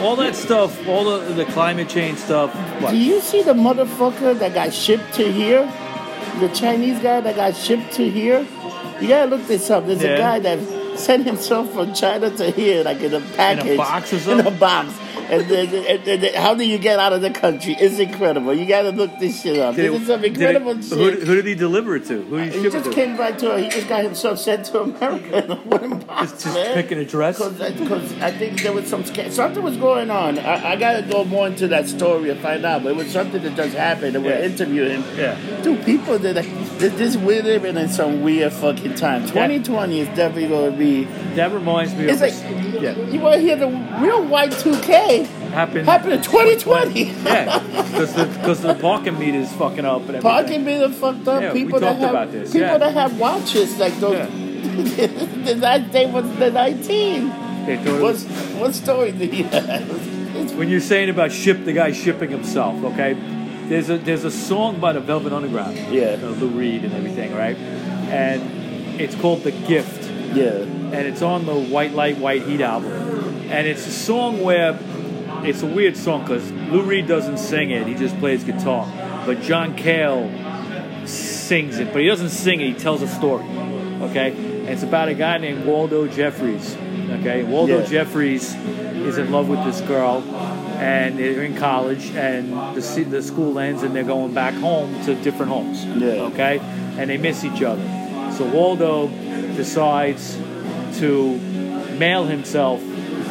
Speaker 1: know, all that stuff, all the, the climate change stuff. What?
Speaker 2: Do you see the motherfucker that got shipped to here? The Chinese guy that got shipped to here? You gotta look this up. There's
Speaker 1: Yeah.
Speaker 2: a guy that sent himself from China to here, like in a package.
Speaker 1: box or
Speaker 2: In a
Speaker 1: something?
Speaker 2: box. And, then, and, then- and how do you get out of the country? It's incredible. You gotta look this shit up.
Speaker 1: Did
Speaker 2: this
Speaker 1: it-
Speaker 2: is some
Speaker 1: did it-
Speaker 2: incredible shit.
Speaker 1: who, did- who did he deliver it to? Who did he
Speaker 2: He
Speaker 1: ship it
Speaker 2: just
Speaker 1: to?
Speaker 2: came right to. He just got himself sent to America in a wooden box,
Speaker 1: Just- just
Speaker 2: man.
Speaker 1: pick an address?
Speaker 2: Because I think there was some sca- something was going on. I, I gotta go more into that story and find out. But it was something that just happened. And we're
Speaker 1: Yeah.
Speaker 2: interviewing.
Speaker 1: Yeah.
Speaker 2: Dude, people did like, did this. We're living in some weird fucking time. Twenty twenty is definitely gonna be.
Speaker 1: That reminds me of
Speaker 2: It's like
Speaker 1: yeah,
Speaker 2: you want to hear the real white two K
Speaker 1: happened.
Speaker 2: happen in twenty twenty.
Speaker 1: Yeah, because the, 'cause the parking meters fucking up and everything.
Speaker 2: Parking being fucked up.
Speaker 1: Yeah, we
Speaker 2: people that
Speaker 1: talked
Speaker 2: have
Speaker 1: about this,
Speaker 2: people
Speaker 1: yeah.
Speaker 2: that have watches like those.
Speaker 1: Yeah.
Speaker 2: the last day was the nineteen.
Speaker 1: They thought it
Speaker 2: What's
Speaker 1: was,
Speaker 2: what story do you have? It's-
Speaker 1: when you're saying about ship, the guy shipping himself, okay? There's a there's a song by the Velvet Underground.
Speaker 2: Yeah.
Speaker 1: Uh, Lou Reed and everything, right? And it's called The Gift.
Speaker 2: yeah,
Speaker 1: and it's on the White Light, White Heat album. And it's a song where it's a weird song because Lou Reed doesn't sing it; he just plays guitar. But John Cale sings it, but he doesn't sing it. He tells a story, okay? And it's about a guy named Waldo Jeffries, Okay, Waldo
Speaker 2: Yeah.
Speaker 1: Jeffries is in love with this girl, and they're in college, and the se- the school ends, and they're going back home to different homes.
Speaker 2: Yeah.
Speaker 1: Okay, and they miss each other. So Waldo decides to mail himself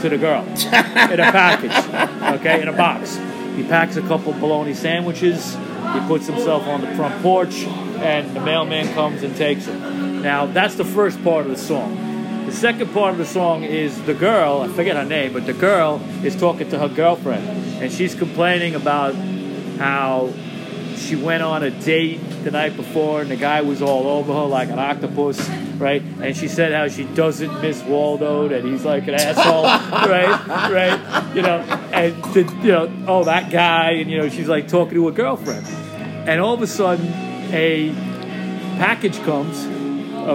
Speaker 1: to the girl in a package. Okay, in a box. He packs a couple bologna sandwiches. He puts himself on the front porch, and the mailman comes and takes him. Now that's the first part of the song. The second part of the song is the girl, I forget her name, but the girl is talking to her girlfriend and she's complaining about how she went on a date the night before and the guy was all over her like an octopus, right? And she said how she doesn't miss Waldo, that he's like an asshole, right? Right? You know, and to, you know, oh that guy and you know, she's like talking to her girlfriend. And all of a sudden a package comes,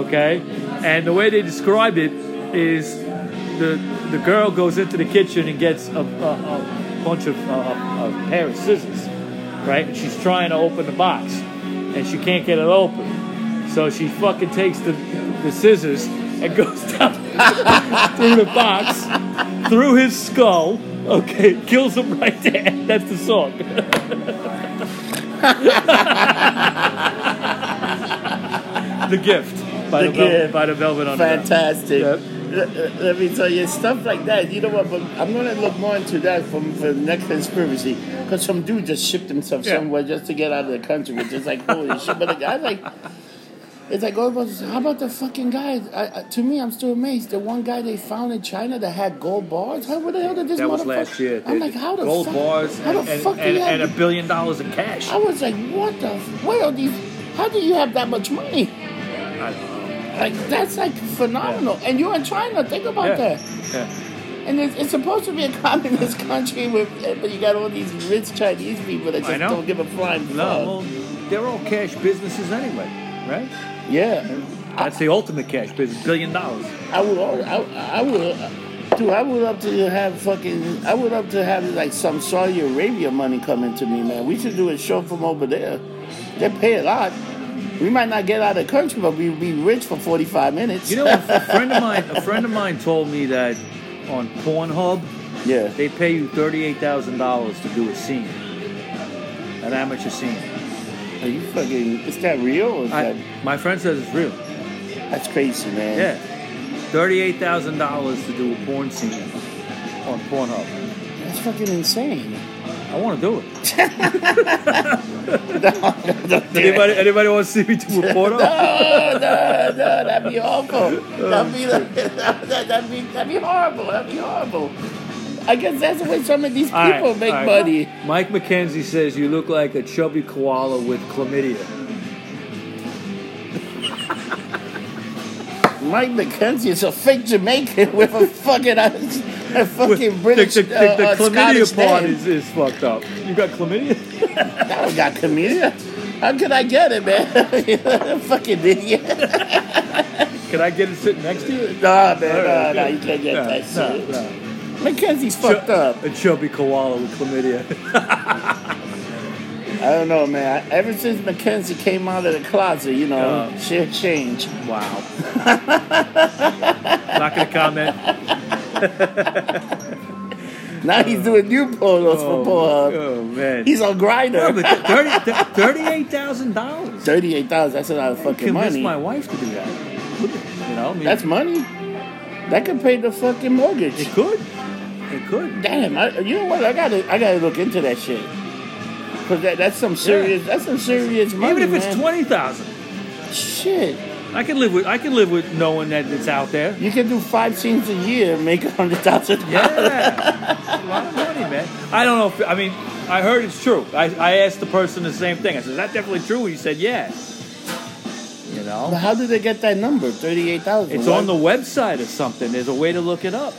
Speaker 1: okay, and the way they describe it is the the girl goes into the kitchen and gets a, a, a bunch of uh, a, a pair of scissors, right? And she's trying to open the box, and she can't get it open, so she fucking takes the the scissors and goes down through the box, through his skull. Okay, kills him right there. That's the song. the gift by the,
Speaker 2: The
Speaker 1: Vel-
Speaker 2: Gift.
Speaker 1: by the Velvet Underground.
Speaker 2: Fantastic.
Speaker 1: Yep.
Speaker 2: Let, let- let me tell you, stuff like that. You know what? But I'm gonna look more into that from for the next conspiracy, because some dude just shipped himself
Speaker 1: Yeah.
Speaker 2: somewhere just to get out of the country, which is like holy shit. But the guy like, it's like, oh, but how about the fucking guy? I, I, to me, I'm still amazed. The one guy they found in China that had gold bars. How where the hell did this
Speaker 1: That
Speaker 2: motherfucker?
Speaker 1: was last year.
Speaker 2: I'm
Speaker 1: They-
Speaker 2: like, Oh how the
Speaker 1: gold
Speaker 2: fuck,
Speaker 1: bars
Speaker 2: How the
Speaker 1: and, and-
Speaker 2: fuck do
Speaker 1: and,
Speaker 2: you have
Speaker 1: and a billion dollars in cash.
Speaker 2: I was like, what the? Where are these? How do you have that much money?
Speaker 1: I don't know.
Speaker 2: Like that's like phenomenal. And you're in China. Think about that.
Speaker 1: Yeah.
Speaker 2: And it's, it's supposed to be a communist country, with, but you got all these rich Chinese people that
Speaker 1: I
Speaker 2: just
Speaker 1: know.
Speaker 2: don't give a flying
Speaker 1: No,
Speaker 2: fuck.
Speaker 1: well, they're all cash businesses anyway, right?
Speaker 2: Yeah,
Speaker 1: That's the ultimate cash business, billion dollars.
Speaker 2: I would. al- I, I would. Dude, I would love to have fucking. I would love to have like some Saudi Arabia money coming to me, man. We should do a show from over there. They pay a lot. We might not get out of the country, but we'd be rich for forty five minutes.
Speaker 1: You know, a a friend of mine, a friend of mine told me that on Pornhub
Speaker 2: yeah.
Speaker 1: they pay you thirty-eight thousand dollars to do a scene, an amateur scene.
Speaker 2: Are you fucking? Is that real? Or is
Speaker 1: I,
Speaker 2: that,
Speaker 1: my friend says it's real.
Speaker 2: that's crazy, man.
Speaker 1: Yeah, thirty-eight thousand dollars to do a porn scene on Pornhub.
Speaker 2: That's fucking insane.
Speaker 1: I want to do it. Anybody, anybody want to see me do a porno?
Speaker 2: Oh, no, no, no, that'd be awful. That'd be, that'd be, that'd be horrible. That'd be horrible. I guess that's the way some of these people
Speaker 1: All right,
Speaker 2: make
Speaker 1: all right.
Speaker 2: money.
Speaker 1: Mike McKenzie says you look like a chubby koala with chlamydia.
Speaker 2: Mike McKenzie is a fake Jamaican with a fucking, a fucking
Speaker 1: With-
Speaker 2: British,
Speaker 1: the, the, the,
Speaker 2: uh, uh,
Speaker 1: the
Speaker 2: Scottish
Speaker 1: chlamydia part
Speaker 2: name.
Speaker 1: is, is fucked up. You got chlamydia?
Speaker 2: That one got chlamydia. How could I get it, man? fucking idiot.
Speaker 1: Can I get it sitting next to you?
Speaker 2: Nah, man,
Speaker 1: Alright,
Speaker 2: nah, nah,
Speaker 1: good.
Speaker 2: you can't get
Speaker 1: No,
Speaker 2: that
Speaker 1: no,
Speaker 2: shit.
Speaker 1: no.
Speaker 2: McKenzie's fucked up.
Speaker 1: A chubby koala with chlamydia.
Speaker 2: I don't know, man. Ever since Mackenzie came out of the closet, you know,
Speaker 1: Uh.
Speaker 2: shit changed.
Speaker 1: Wow. Not gonna comment.
Speaker 2: Now he's doing new polos for Pornhub.
Speaker 1: oh man.
Speaker 2: He's on
Speaker 1: No,
Speaker 2: grinder.
Speaker 1: but $30 $38,000.
Speaker 2: Thirty-eight thousand. That's a lot of fucking
Speaker 1: convince
Speaker 2: money.
Speaker 1: my wife to do that. You know, I mean,
Speaker 2: That's money. That could pay the fucking
Speaker 1: it
Speaker 2: mortgage.
Speaker 1: could. It could.
Speaker 2: Damn. I, you know what? I gotta. I gotta look into that shit. Cause that, that's some serious. That's some serious money,
Speaker 1: Even if it's
Speaker 2: man.
Speaker 1: twenty thousand,
Speaker 2: shit.
Speaker 1: I can live with. I can live with knowing that it's out there.
Speaker 2: You can do five scenes a year and make a hundred thousand.
Speaker 1: Yeah, It's a lot of money, man. I don't know. If, I mean, I heard it's true. I, I asked the person the same thing. I said, "Is that definitely true?" He said, "Yeah." You
Speaker 2: But
Speaker 1: know,
Speaker 2: how did they get that number? Thirty-eight thousand.
Speaker 1: it's on the website or something. There's a way to look it up.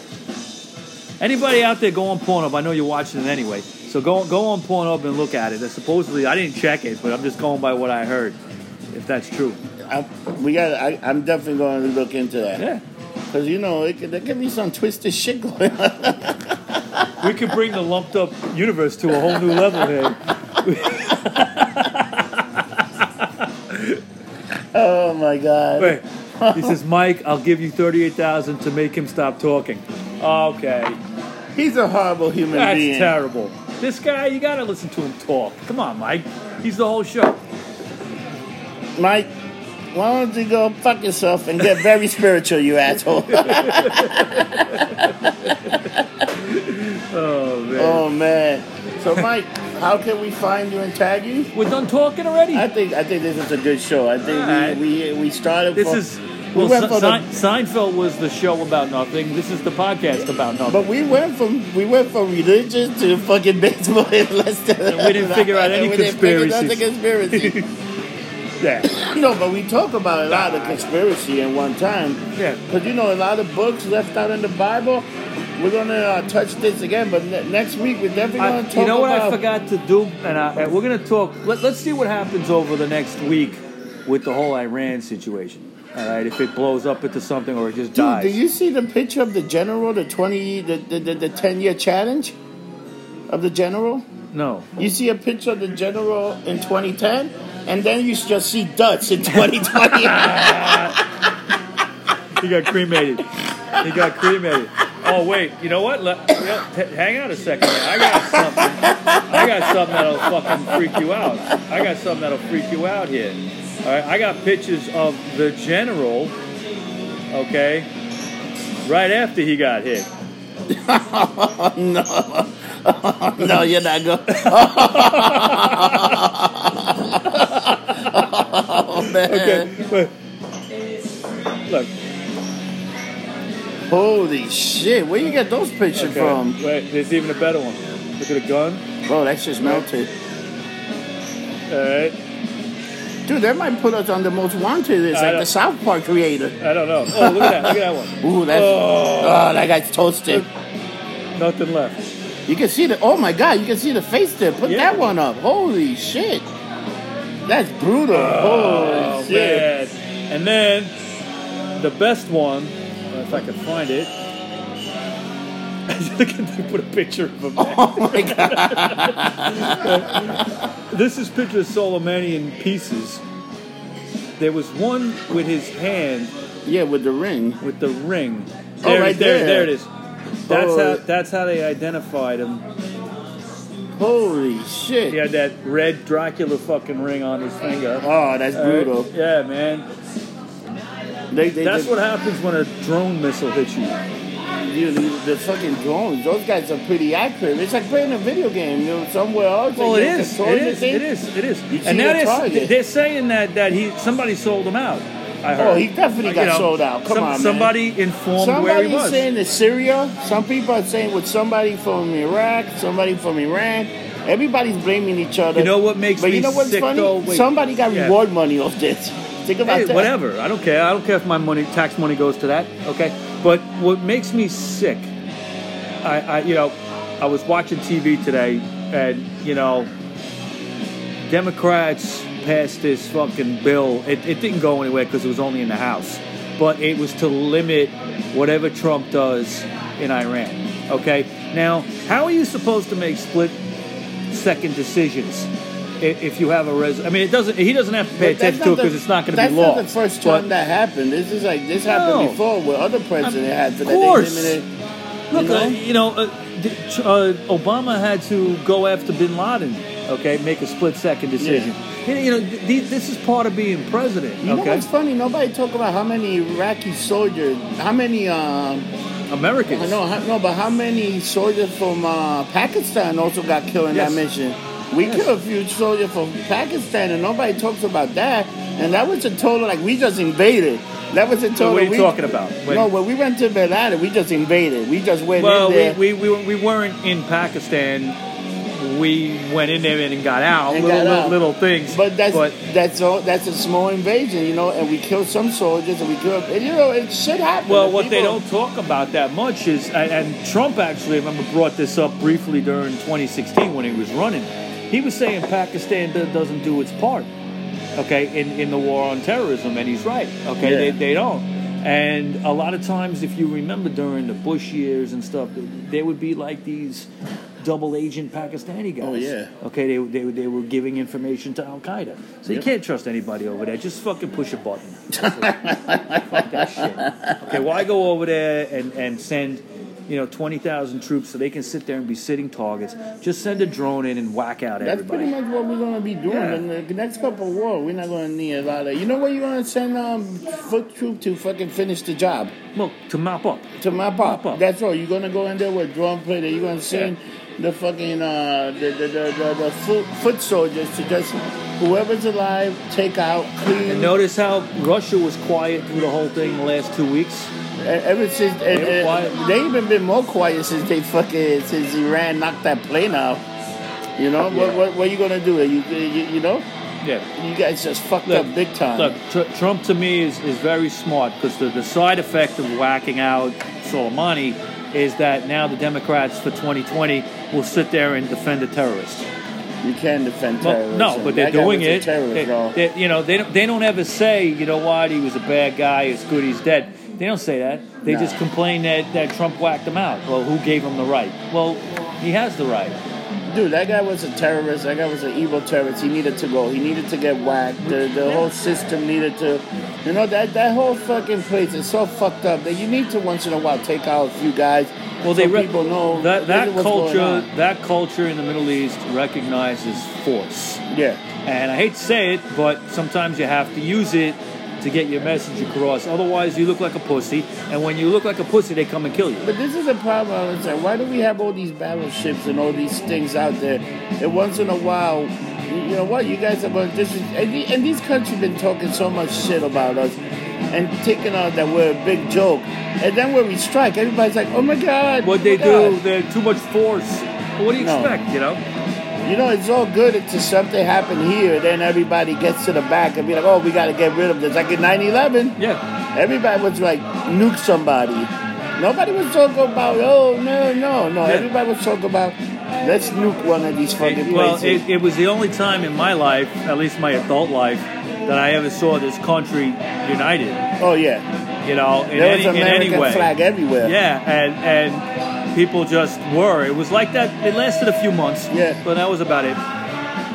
Speaker 1: Anybody out there go on Pornhub? I know you're watching it anyway, so go go on Pornhub and look at it. Supposedly, I didn't check it, but I'm just going by what I heard. If that's true,
Speaker 2: I, we got. I, I'm definitely going to look into that.
Speaker 1: yeah.
Speaker 2: Cause you know it could, there could be some twisted shit going on.
Speaker 1: We could bring the lumped up universe to a whole new level here.
Speaker 2: Oh my god! Oh
Speaker 1: Wait, He says, Mike, I'll give you 38000 to make him stop talking. Okay.
Speaker 2: He's a horrible human
Speaker 1: That's
Speaker 2: being.
Speaker 1: terrible. This guy, you gotta listen to him talk. Come on, Mike. He's the whole show.
Speaker 2: Mike, why don't you go fuck yourself and get very spiritual, you asshole?
Speaker 1: Oh, man.
Speaker 2: oh man. So Mike, how can we find you and tag you?
Speaker 1: We're done talking already?
Speaker 2: I think I think this is a good show. I think
Speaker 1: Alright.
Speaker 2: we, we we started.
Speaker 1: This
Speaker 2: for-
Speaker 1: is.
Speaker 2: we
Speaker 1: Well,
Speaker 2: went
Speaker 1: Se-
Speaker 2: for the-
Speaker 1: Se- Seinfeld was the show about nothing. This is the podcast about nothing.
Speaker 2: But we went from we went from religion to fucking baseball in less than
Speaker 1: And we didn't figure out any
Speaker 2: We didn't figure out the conspiracy.
Speaker 1: yeah.
Speaker 2: no, but we talk about a lot of conspiracy at one time.
Speaker 1: Yeah.
Speaker 2: Because you know a lot of books left out in the Bible. We're gonna uh, touch this again, but ne- next week we're definitely
Speaker 1: I-
Speaker 2: gonna talk
Speaker 1: you know what I
Speaker 2: about-
Speaker 1: forgot to do, and I, and we're gonna talk. Let, let's see what happens over the next week with the whole Iran situation. All right, if it blows up into something or it just
Speaker 2: Dude,
Speaker 1: dies.
Speaker 2: did you see the picture of the general, the twenty, the the, the, the ten year challenge of the general?
Speaker 1: no,
Speaker 2: You see a picture of the general in 2010, and then you just see Dutch in 2020.
Speaker 1: he got cremated. he got cremated. Oh wait, you know what? Let, yeah, t- hang on a second. I got something. I got something that'll fucking freak you out. I got something that'll freak you out here. All right, I got pictures of the general. Okay, right after he got hit.
Speaker 2: no, you're not going. oh, man.
Speaker 1: Okay, but look.
Speaker 2: Holy shit. Where you get those pictures
Speaker 1: okay,
Speaker 2: from?
Speaker 1: Wait, there's even a better one. Look at a gun.
Speaker 2: Bro, that's just melted.
Speaker 1: All right,
Speaker 2: Dude, that might put us on the most wanted list,
Speaker 1: I
Speaker 2: like
Speaker 1: don't-
Speaker 2: the South Park creator.
Speaker 1: I don't know. Oh, look at that. Look at that one.
Speaker 2: Ooh, that's.
Speaker 1: Oh.
Speaker 2: Oh, that guy's toasted.
Speaker 1: Nothing left.
Speaker 2: You can see the. Oh, my God. You can see the face there. Put
Speaker 1: Yeah.
Speaker 2: that one up. Holy shit. That's brutal.
Speaker 1: Oh
Speaker 2: Holy
Speaker 1: man.
Speaker 2: shit.
Speaker 1: And then the best one, if I can find it. look at they put a picture of him.
Speaker 2: Oh my god.
Speaker 1: This is picture of Soleimani in pieces. There was one with his hand
Speaker 2: Yeah, with the ring.
Speaker 1: with the ring.
Speaker 2: Oh,
Speaker 1: There,
Speaker 2: right
Speaker 1: there,
Speaker 2: there.
Speaker 1: there it is. That's
Speaker 2: Oh.
Speaker 1: how that's how they identified him.
Speaker 2: Holy shit.
Speaker 1: He had that red Dracula fucking ring on his finger.
Speaker 2: Oh, that's brutal.
Speaker 1: Uh, yeah, man.
Speaker 2: They, they,
Speaker 1: That's
Speaker 2: they-
Speaker 1: what happens when a drone missile hits you.
Speaker 2: you know, the, the fucking drones. Those guys are pretty accurate. It's like playing a video game. You know, somewhere else.
Speaker 1: Well,
Speaker 2: and
Speaker 1: it
Speaker 2: you
Speaker 1: is.
Speaker 2: control
Speaker 1: It
Speaker 2: the
Speaker 1: is.
Speaker 2: thing.
Speaker 1: It is. It is.
Speaker 2: You see
Speaker 1: And now
Speaker 2: the
Speaker 1: they're,
Speaker 2: target.
Speaker 1: they're saying that that he somebody sold him out. I heard. Uh,
Speaker 2: Oh, he definitely
Speaker 1: You
Speaker 2: got
Speaker 1: know,
Speaker 2: sold out. Come
Speaker 1: some-
Speaker 2: on, man.
Speaker 1: Somebody informed where he
Speaker 2: Somebody's
Speaker 1: was.
Speaker 2: saying it's Syria. Some people are saying with somebody from Iraq, somebody from Iran. Everybody's blaming each other.
Speaker 1: You know what makes
Speaker 2: but
Speaker 1: me
Speaker 2: you know what's
Speaker 1: sick,
Speaker 2: funny?
Speaker 1: though? Wait.
Speaker 2: Somebody got
Speaker 1: Yeah.
Speaker 2: reward money off this. Think about
Speaker 1: Hey,
Speaker 2: that.
Speaker 1: whatever. I don't care. I don't care if my money, tax money, goes to that. Okay. But what makes me sick, I, I you know, I was watching TV today, and you know, Democrats passed this fucking bill. It, it didn't go anywhere because it was only in the House, but it was to limit whatever Trump does in Iran. Okay. Now, how are you supposed to make split second decisions? i- If you have a res, I mean, it doesn't. He doesn't have to pay
Speaker 2: But that's
Speaker 1: attention to it
Speaker 2: the-
Speaker 1: because it's not going to
Speaker 2: That's
Speaker 1: be law.
Speaker 2: not the first
Speaker 1: But-
Speaker 2: time that happened. This is like this happened
Speaker 1: No.
Speaker 2: before where other president had to
Speaker 1: Of course.
Speaker 2: That they limited-
Speaker 1: Look,
Speaker 2: You know?
Speaker 1: uh, you know, uh, d- tr- uh, Obama had to go after Bin Laden. Okay, make a split-second decision. You- You know, th- th- this is part of being president.
Speaker 2: You know
Speaker 1: okay,
Speaker 2: what's funny? Nobody talk about how many Iraqi soldiers, how many. Um, I
Speaker 1: Americans.
Speaker 2: know, how, no, but how many soldiers from uh, Pakistan also got killed in
Speaker 1: Yes.
Speaker 2: that mission? We
Speaker 1: Yes.
Speaker 2: killed a few soldiers from Pakistan, and nobody talks about that. And that was a total like we just invaded. That was a total.
Speaker 1: So what are you
Speaker 2: we,
Speaker 1: talking about? When-
Speaker 2: no, when we went to Belada, we just invaded. We just went
Speaker 1: well,
Speaker 2: in there.
Speaker 1: we, we, we, we weren't in Pakistan. We went in there and got out.
Speaker 2: And
Speaker 1: little,
Speaker 2: got
Speaker 1: little,
Speaker 2: out.
Speaker 1: little things.
Speaker 2: But that's that's all, that's a small invasion, you know. And we killed some soldiers, and we killed, and, you know, it should happen.
Speaker 1: Well,
Speaker 2: The
Speaker 1: what they
Speaker 2: people-
Speaker 1: don't talk about that much is, and- and Trump actually, I remember, brought this up briefly during 2016 when he was running. He was saying Pakistan do- doesn't do its part, okay, in, in the war on terrorism, and he's right, okay, they,
Speaker 2: Yeah.
Speaker 1: they don't. And a lot of times, if you remember during the Bush years and stuff, th- there would be like these double agent Pakistani guys.
Speaker 2: Oh, yeah.
Speaker 1: Okay, they, they, they were giving information to Al Qaeda. So you
Speaker 2: Yep.
Speaker 1: can't trust anybody over there. Just fucking push a button. Fuck that shit. Okay, why go over there and, and send, you know, 20,000 troops so they can sit there and be sitting targets? Just send a drone in and whack out
Speaker 2: That's
Speaker 1: everybody.
Speaker 2: pretty much what we're gonna be doing
Speaker 1: Yeah.
Speaker 2: in the next couple of wars. We're not gonna need a lot of. You know what? You're gonna send um foot troop to fucking finish the job
Speaker 1: Well, to mop up.
Speaker 2: to my
Speaker 1: Mop
Speaker 2: pop.
Speaker 1: up.
Speaker 2: That's all. You're gonna go in there with drum plate. and You're gonna send the fucking uh the the the, the, the foot, foot soldiers to just whoever's alive take out clean.
Speaker 1: And notice how Russia was quiet through the whole thing the last two weeks.
Speaker 2: e- Ever since they,
Speaker 1: were quiet.
Speaker 2: they even been more quiet since they fucking since Iran knocked that plane out. You know what,
Speaker 1: Yeah.
Speaker 2: what? What you gonna do? You, you you know
Speaker 1: Yeah.
Speaker 2: you guys just fucked
Speaker 1: Look,
Speaker 2: up big time.
Speaker 1: Look, tr- Trump to me is, is very smart because the, the side effect of whacking out Soleimani is that now the Democrats for 2020 will sit there and defend a terrorist.
Speaker 2: You can defend
Speaker 1: Well,
Speaker 2: terrorism.
Speaker 1: no, but they're
Speaker 2: That guy
Speaker 1: doing
Speaker 2: was a
Speaker 1: it.
Speaker 2: terrorist,
Speaker 1: They-
Speaker 2: bro.
Speaker 1: they- you know, they don't, they don't ever say, you know what, he was a bad guy, it's good he's dead. They don't say that. They
Speaker 2: Nah.
Speaker 1: just complain that, that Trump whacked him out. Well, who gave him the right? Well, he has the right.
Speaker 2: Dude, that guy was a terrorist. That guy was an evil terrorist. He needed to go. He needed to get whacked. The, the whole system needed to. You know, that, that whole fucking place is so fucked up that you need to once in a while take out a few guys.
Speaker 1: Well,
Speaker 2: so
Speaker 1: they re-
Speaker 2: people know
Speaker 1: that
Speaker 2: this
Speaker 1: that
Speaker 2: is what's going
Speaker 1: culture
Speaker 2: on.
Speaker 1: that culture in the Middle East recognizes force,
Speaker 2: Yeah,
Speaker 1: and I hate to say it, but sometimes you have to use it to get your message across. Otherwise, you look like a pussy, and when you look like a pussy, they come and kill you.
Speaker 2: but this is a problem. I would say, why do we have all these battleships and all these things out there? And once in a while, you know what? You guys are going. This is, and, the, and these countries been talking so much shit about us, and taking out that we're a big joke. And then when we strike, everybody's like, "Oh my god!"
Speaker 1: What they
Speaker 2: oh my
Speaker 1: do,
Speaker 2: God."
Speaker 1: they're too much force. Well, what do you
Speaker 2: No.
Speaker 1: expect? You know.
Speaker 2: You know, it's all good until something happened here. Then everybody gets to the back and be like, oh, we got to get rid of this. Like in 9 11,
Speaker 1: Yeah.
Speaker 2: everybody was like, nuke somebody. Nobody was talking about, oh, no, no, no.
Speaker 1: Yeah.
Speaker 2: Everybody was talking about, let's nuke one of these fucking
Speaker 1: It- well,
Speaker 2: places.
Speaker 1: it, it was the only time in my life, at least my adult life, that I ever saw this country united.
Speaker 2: oh, yeah.
Speaker 1: You know, in
Speaker 2: There
Speaker 1: any
Speaker 2: was
Speaker 1: in
Speaker 2: American
Speaker 1: any way.
Speaker 2: flag everywhere.
Speaker 1: Yeah, and and people just were. It was like that. It lasted a few months.
Speaker 2: Yeah.
Speaker 1: but that was about it.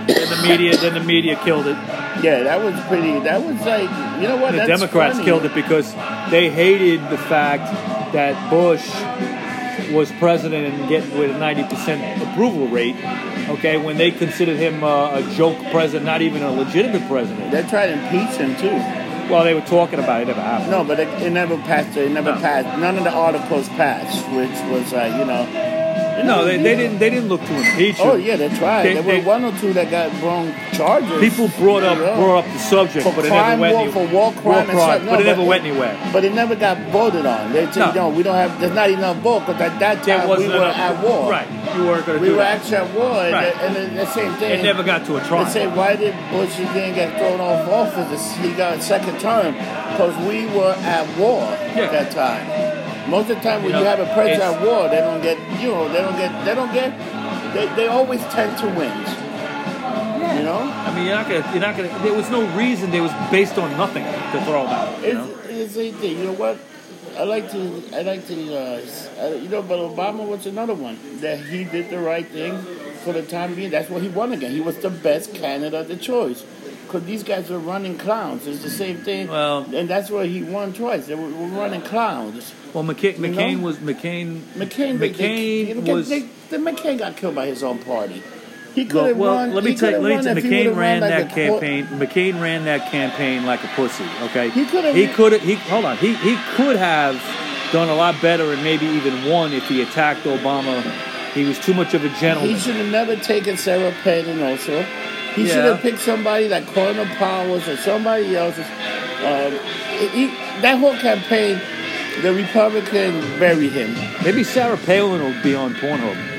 Speaker 1: Then the media, then the media killed it.
Speaker 2: Yeah, that was pretty, that was like, you know what?
Speaker 1: The
Speaker 2: That's
Speaker 1: Democrats
Speaker 2: funny.
Speaker 1: killed it because they hated the fact that Bush was president and getting with a ninety percent approval rate. Okay, when they considered him uh, a joke president, not even a legitimate president.
Speaker 2: They tried to impeach him, too.
Speaker 1: Well, they were talking about it. It never happened.
Speaker 2: No, but it, it never passed. It never
Speaker 1: No.
Speaker 2: passed. None of the articles passed, which was like, you know.
Speaker 1: No, they, they didn't. They didn't look to impeach him.
Speaker 2: Oh yeah, they tried.
Speaker 1: They-
Speaker 2: there
Speaker 1: they-
Speaker 2: were one or two that got wrong charges.
Speaker 1: People brought up
Speaker 2: Yeah.
Speaker 1: brought up the subject,
Speaker 2: For
Speaker 1: but it never
Speaker 2: crime,
Speaker 1: went
Speaker 2: war-
Speaker 1: anywhere.
Speaker 2: for war crime and stuff. No,
Speaker 1: but it never
Speaker 2: but-
Speaker 1: went anywhere.
Speaker 2: but it never got voted on. They said,
Speaker 1: No.
Speaker 2: no. we don't have. There's not enough vote because at that
Speaker 1: There
Speaker 2: time we
Speaker 1: wasn't
Speaker 2: were
Speaker 1: enough-
Speaker 2: at war.
Speaker 1: Right, you weren't going to
Speaker 2: We
Speaker 1: do
Speaker 2: were
Speaker 1: that.
Speaker 2: actually at war, and-
Speaker 1: Right.
Speaker 2: and, the- the same thing.
Speaker 1: It never got to a
Speaker 2: They say
Speaker 1: trial.
Speaker 2: why did Bush again get thrown off office? He got a second term because we were at war
Speaker 1: Yeah.
Speaker 2: at that time. Most of the time, when
Speaker 1: You
Speaker 2: you,
Speaker 1: know,
Speaker 2: have a president
Speaker 1: it's-
Speaker 2: at war, they don't get you know they don't get they don't get they, they always tend to win. You know,
Speaker 1: I mean, you're not going to. You're not going to. There was no reason. There was based on nothing to throw him out. You know?
Speaker 2: it's, it's the thing. You know what? I like to I like to uh, s- I- you know, but Obama was another one that he did the right thing for the time being. That's what he won again. He was the best candidate of choice. Cause these guys were running clowns. It's the same thing.
Speaker 1: Well-
Speaker 2: and that's where he won twice. They were, were running clowns.
Speaker 1: Well, McCain,
Speaker 2: You know?
Speaker 1: McCain was McCain.
Speaker 2: McCain. they- they,
Speaker 1: McCain
Speaker 2: they-
Speaker 1: was.
Speaker 2: They, they- McCain got killed by his own party. He could
Speaker 1: Well,
Speaker 2: have
Speaker 1: well,
Speaker 2: won.
Speaker 1: let me
Speaker 2: he
Speaker 1: tell you,
Speaker 2: coulda
Speaker 1: let me
Speaker 2: won
Speaker 1: tell
Speaker 2: if
Speaker 1: you,
Speaker 2: he woulda
Speaker 1: McCain ran
Speaker 2: run like
Speaker 1: that
Speaker 2: a cor-
Speaker 1: campaign. McCain ran that campaign like a pussy. Okay,
Speaker 2: He coulda-
Speaker 1: he could have, he hold on, he he could have done a lot better and maybe even won if he attacked Obama. He was too much of a
Speaker 2: He
Speaker 1: gentleman.
Speaker 2: should have never taken Sarah Palin also.
Speaker 1: Yeah.
Speaker 2: He should have picked somebody like Colonel Powers or somebody else. Um, he, that whole campaign, the Republican buried him.
Speaker 1: Maybe Sarah Palin will be on Pornhub.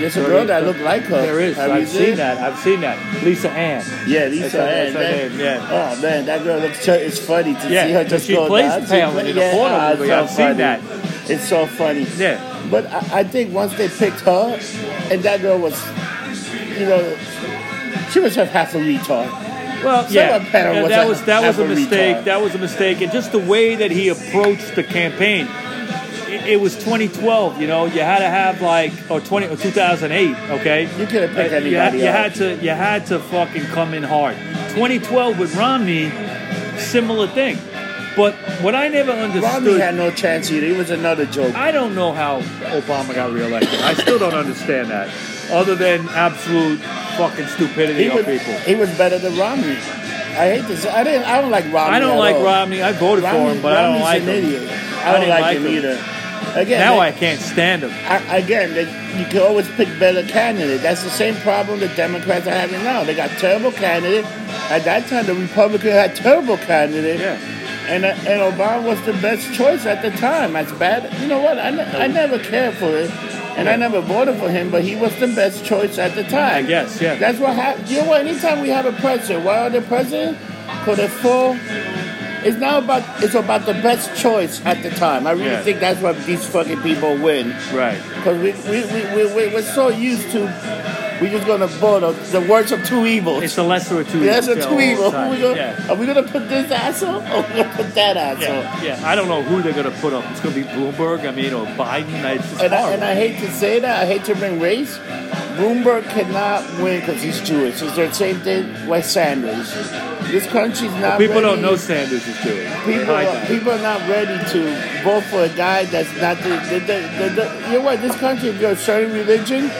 Speaker 2: There's a girl that looked like her.
Speaker 1: There is.
Speaker 2: Uh, Have you
Speaker 1: I've seen that. I've seen that. Lisa Ann.
Speaker 2: Yeah, Lisa
Speaker 1: That's her-
Speaker 2: Ann,
Speaker 1: that's her
Speaker 2: that-
Speaker 1: name, yeah.
Speaker 2: Oh man, that girl looks. It's funny to
Speaker 1: Yeah,
Speaker 2: see her just
Speaker 1: she
Speaker 2: go
Speaker 1: plays
Speaker 2: down.
Speaker 1: Palin
Speaker 2: play-
Speaker 1: in a porno
Speaker 2: ah, it's
Speaker 1: movie.
Speaker 2: so
Speaker 1: I've seen
Speaker 2: funny.
Speaker 1: that.
Speaker 2: It's so funny.
Speaker 1: Yeah.
Speaker 2: But I, I think once they picked her, and that girl was, you know, she was half a retard.
Speaker 1: Well, yeah,
Speaker 2: Sarah Palin
Speaker 1: Yeah,
Speaker 2: was
Speaker 1: that
Speaker 2: a-
Speaker 1: was that was a
Speaker 2: have a
Speaker 1: mistake.
Speaker 2: retard.
Speaker 1: That was a mistake, and just the way that he approached the campaign. it, it was 2012. You know, you had to have like or 20 or 2008. Okay,
Speaker 2: You could've picked
Speaker 1: Uh, You had,
Speaker 2: anybody
Speaker 1: you
Speaker 2: else.
Speaker 1: had to you had to fucking come in hard. 2012 with Romney, similar thing. But what I never understood,
Speaker 2: Romney had no chance either. He was another joke.
Speaker 1: I don't know how Obama got reelected. I still don't understand that, other than absolute fucking stupidity
Speaker 2: He
Speaker 1: of
Speaker 2: was,
Speaker 1: people.
Speaker 2: he was better than Romney. I hate this. I didn't. I don't like Romney.
Speaker 1: I don't
Speaker 2: at
Speaker 1: like
Speaker 2: all.
Speaker 1: Romney. I voted for him, but I don't
Speaker 2: Romney's
Speaker 1: like
Speaker 2: an
Speaker 1: him.
Speaker 2: Idiot.
Speaker 1: I
Speaker 2: I don't
Speaker 1: didn't
Speaker 2: like,
Speaker 1: like
Speaker 2: him,
Speaker 1: him.
Speaker 2: either. Again,
Speaker 1: Now
Speaker 2: they-
Speaker 1: I can't stand him.
Speaker 2: I, again, they, you can always pick better candidates. That's the same problem the Democrats are having now. They got terrible candidate. At that time, the Republican had terrible candidate.
Speaker 1: Yeah.
Speaker 2: And, uh, and Obama was the best choice at the time. That's bad. You know what? I, ne- I never cared for it, and I never voted for him. But he was the best choice at the time.
Speaker 1: I guess, yeah.
Speaker 2: That's what happened. You know what? Anytime we have a president, why are they president? For the full. It's not about. It's about the best choice at the time. I really
Speaker 1: Yeah.
Speaker 2: think that's why these fucking people win.
Speaker 1: Right.
Speaker 2: Because we, we, we, we, we, we're so used to, we're just going to vote on the words of two evils.
Speaker 1: It's the lesser of two
Speaker 2: That's a
Speaker 1: evils, yeah,
Speaker 2: two
Speaker 1: all
Speaker 2: evils.
Speaker 1: the time.
Speaker 2: Who we gonna-
Speaker 1: yeah.
Speaker 2: Are we going to put this asshole or we going to put that asshole?
Speaker 1: Yeah, yeah, I don't know who they're going to put up. It's going to be Bloomberg, I mean, or Biden. It's just
Speaker 2: And, I,
Speaker 1: hard.
Speaker 2: and I hate to say that, I hate to bring race. Bloomberg cannot win because he's Jewish. It's the same thing with Sanders. This country's not
Speaker 1: People
Speaker 2: ready.
Speaker 1: don't know Sanders is doing.
Speaker 2: People, are, people are not ready to vote for a guy that's not the, the, the, the, the you know what? This country, if you're a certain religion,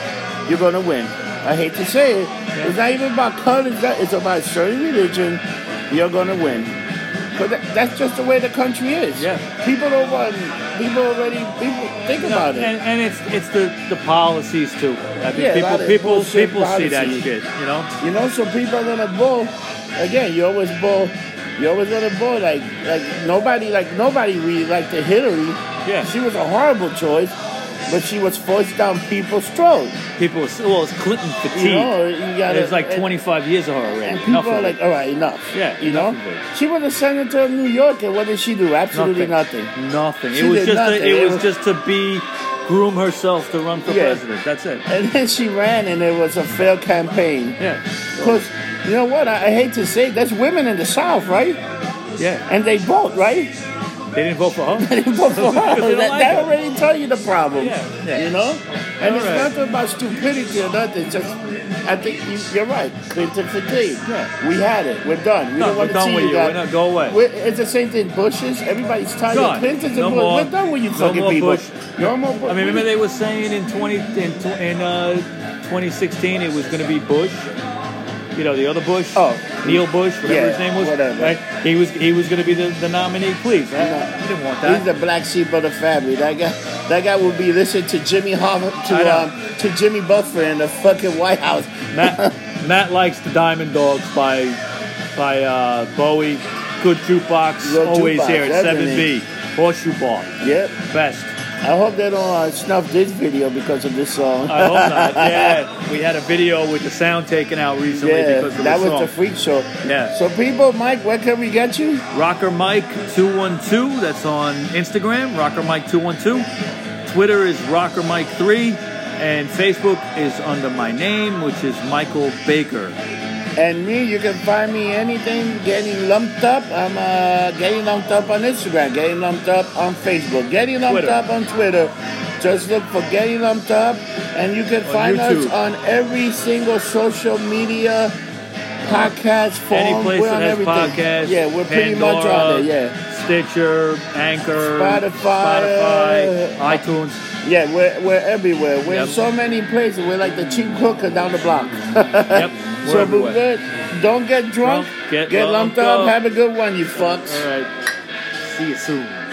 Speaker 2: you're gonna win. I hate to say it, it's not even about color. It's, not, it's about certain religion. You're gonna win. But that, that's just the way the country is.
Speaker 1: Yeah.
Speaker 2: People don't want. People already. People think about it.
Speaker 1: and, and it's it's the, the policies too. I mean,
Speaker 2: Yeah, a lot of
Speaker 1: people people
Speaker 2: bullshit
Speaker 1: people see that
Speaker 2: policies.
Speaker 1: shit. You know,
Speaker 2: You know, so people are gonna bull. Again, you always bull. You always gonna bull like like nobody like nobody really liked the Hillary.
Speaker 1: Yeah.
Speaker 2: she was a horrible choice, but she was forced down people's throat.
Speaker 1: people. are so- Well, it's Clinton fatigue.
Speaker 2: You know, you gotta.
Speaker 1: There's like
Speaker 2: and-
Speaker 1: 25 years of her already.
Speaker 2: And
Speaker 1: Enough
Speaker 2: people are
Speaker 1: of
Speaker 2: like,
Speaker 1: it.
Speaker 2: all right, enough.
Speaker 1: Yeah,
Speaker 2: you
Speaker 1: enough
Speaker 2: know,
Speaker 1: of it.
Speaker 2: she was a senator of New York, and what did she do? Absolutely nothing.
Speaker 1: Nothing.
Speaker 2: She
Speaker 1: It was
Speaker 2: did
Speaker 1: just a,
Speaker 2: nothing.
Speaker 1: it
Speaker 2: It
Speaker 1: was
Speaker 2: was-
Speaker 1: just to be groom herself to run for
Speaker 2: Yeah.
Speaker 1: president. That's it.
Speaker 2: And then she ran, and it was a failed campaign.
Speaker 1: Yeah.
Speaker 2: Because you know what? I, I hate to say, it, there's women in the South, right?
Speaker 1: Yeah.
Speaker 2: And they vote, right?
Speaker 1: They didn't vote for her.
Speaker 2: Before,
Speaker 1: Because they don't
Speaker 2: that,
Speaker 1: like
Speaker 2: that
Speaker 1: it.
Speaker 2: already tell you the problem.
Speaker 1: Yeah, yeah.
Speaker 2: You know? And it's
Speaker 1: Alright.
Speaker 2: nothing about stupidity or nothing. Just, I think you, you're right. Clinton fatigue.
Speaker 1: Yeah.
Speaker 2: We had it. We're done. We
Speaker 1: No,
Speaker 2: don't
Speaker 1: we're
Speaker 2: want to
Speaker 1: done
Speaker 2: see
Speaker 1: with
Speaker 2: you
Speaker 1: you.
Speaker 2: guys.
Speaker 1: We're not- go away.
Speaker 2: We're- it's the same thing. Bushes. Everybody's tired.
Speaker 1: Done.
Speaker 2: Clinton's
Speaker 1: No
Speaker 2: and
Speaker 1: more-
Speaker 2: Bush. We're done with you
Speaker 1: no
Speaker 2: fucking
Speaker 1: more
Speaker 2: people.
Speaker 1: Bush.
Speaker 2: No more Bush.
Speaker 1: I mean, remember they were saying in 20 in, tw- in uh, 2016 it was going to be Bush. You know, the other Bush.
Speaker 2: Oh.
Speaker 1: Neil Bush, whatever
Speaker 2: Yeah,
Speaker 1: his name was.
Speaker 2: whatever.
Speaker 1: Right? He was he was going to be the, the nominee. Please, I,
Speaker 2: No.
Speaker 1: I didn't want
Speaker 2: He's
Speaker 1: that.
Speaker 2: the black sheep of the family. That guy, that guy will be listening to Jimmy Hoffa,
Speaker 1: I know.
Speaker 2: to um, to Jimmy Buffer in the fucking White House.
Speaker 1: Matt Matt likes the Diamond Dogs by by uh, Bowie. Good jukebox,
Speaker 2: Good
Speaker 1: always
Speaker 2: jukebox,
Speaker 1: here at
Speaker 2: definitely.
Speaker 1: 7B Horseshoe Bar,
Speaker 2: Yep.
Speaker 1: best.
Speaker 2: I hope they don't uh, snuff this video because of this song.
Speaker 1: I hope not. Yeah, we had a video with the sound taken out recently
Speaker 2: Yeah,
Speaker 1: because of
Speaker 2: that
Speaker 1: the
Speaker 2: was
Speaker 1: song.
Speaker 2: the freak show.
Speaker 1: Yeah.
Speaker 2: So people, Mike, where can we get you?
Speaker 1: Rocker Mike 212. That's on Instagram, Rocker Mike 212. Twitter is Rocker Mike 3. And Facebook is under my name, which is Michael Baker.
Speaker 2: And me, you can find me anything getting lumped up. I'm uh, getting lumped up on Instagram, getting lumped up on Facebook, getting lumped
Speaker 1: Twitter.
Speaker 2: up on Twitter. Just look for getting lumped up, and you can
Speaker 1: On
Speaker 2: find
Speaker 1: YouTube.
Speaker 2: us on every single social media podcast form.
Speaker 1: Any place
Speaker 2: we're
Speaker 1: that
Speaker 2: on
Speaker 1: has
Speaker 2: everything.
Speaker 1: podcasts,
Speaker 2: Yeah, we're pretty
Speaker 1: Pandora,
Speaker 2: much on it. Yeah.
Speaker 1: Stitcher, Anchor,
Speaker 2: Spotify.
Speaker 1: Spotify, iTunes.
Speaker 2: Yeah, we're, we're everywhere. We're
Speaker 1: Yep.
Speaker 2: in so many places. We're like the cheap hooker down the block.
Speaker 1: Yep, we're
Speaker 2: so we're
Speaker 1: everywhere.
Speaker 2: good. Don't get drunk.
Speaker 1: Don't get
Speaker 2: lumped
Speaker 1: lumped
Speaker 2: up.
Speaker 1: up.
Speaker 2: Have a good one, you fucks.
Speaker 1: All right, see you soon.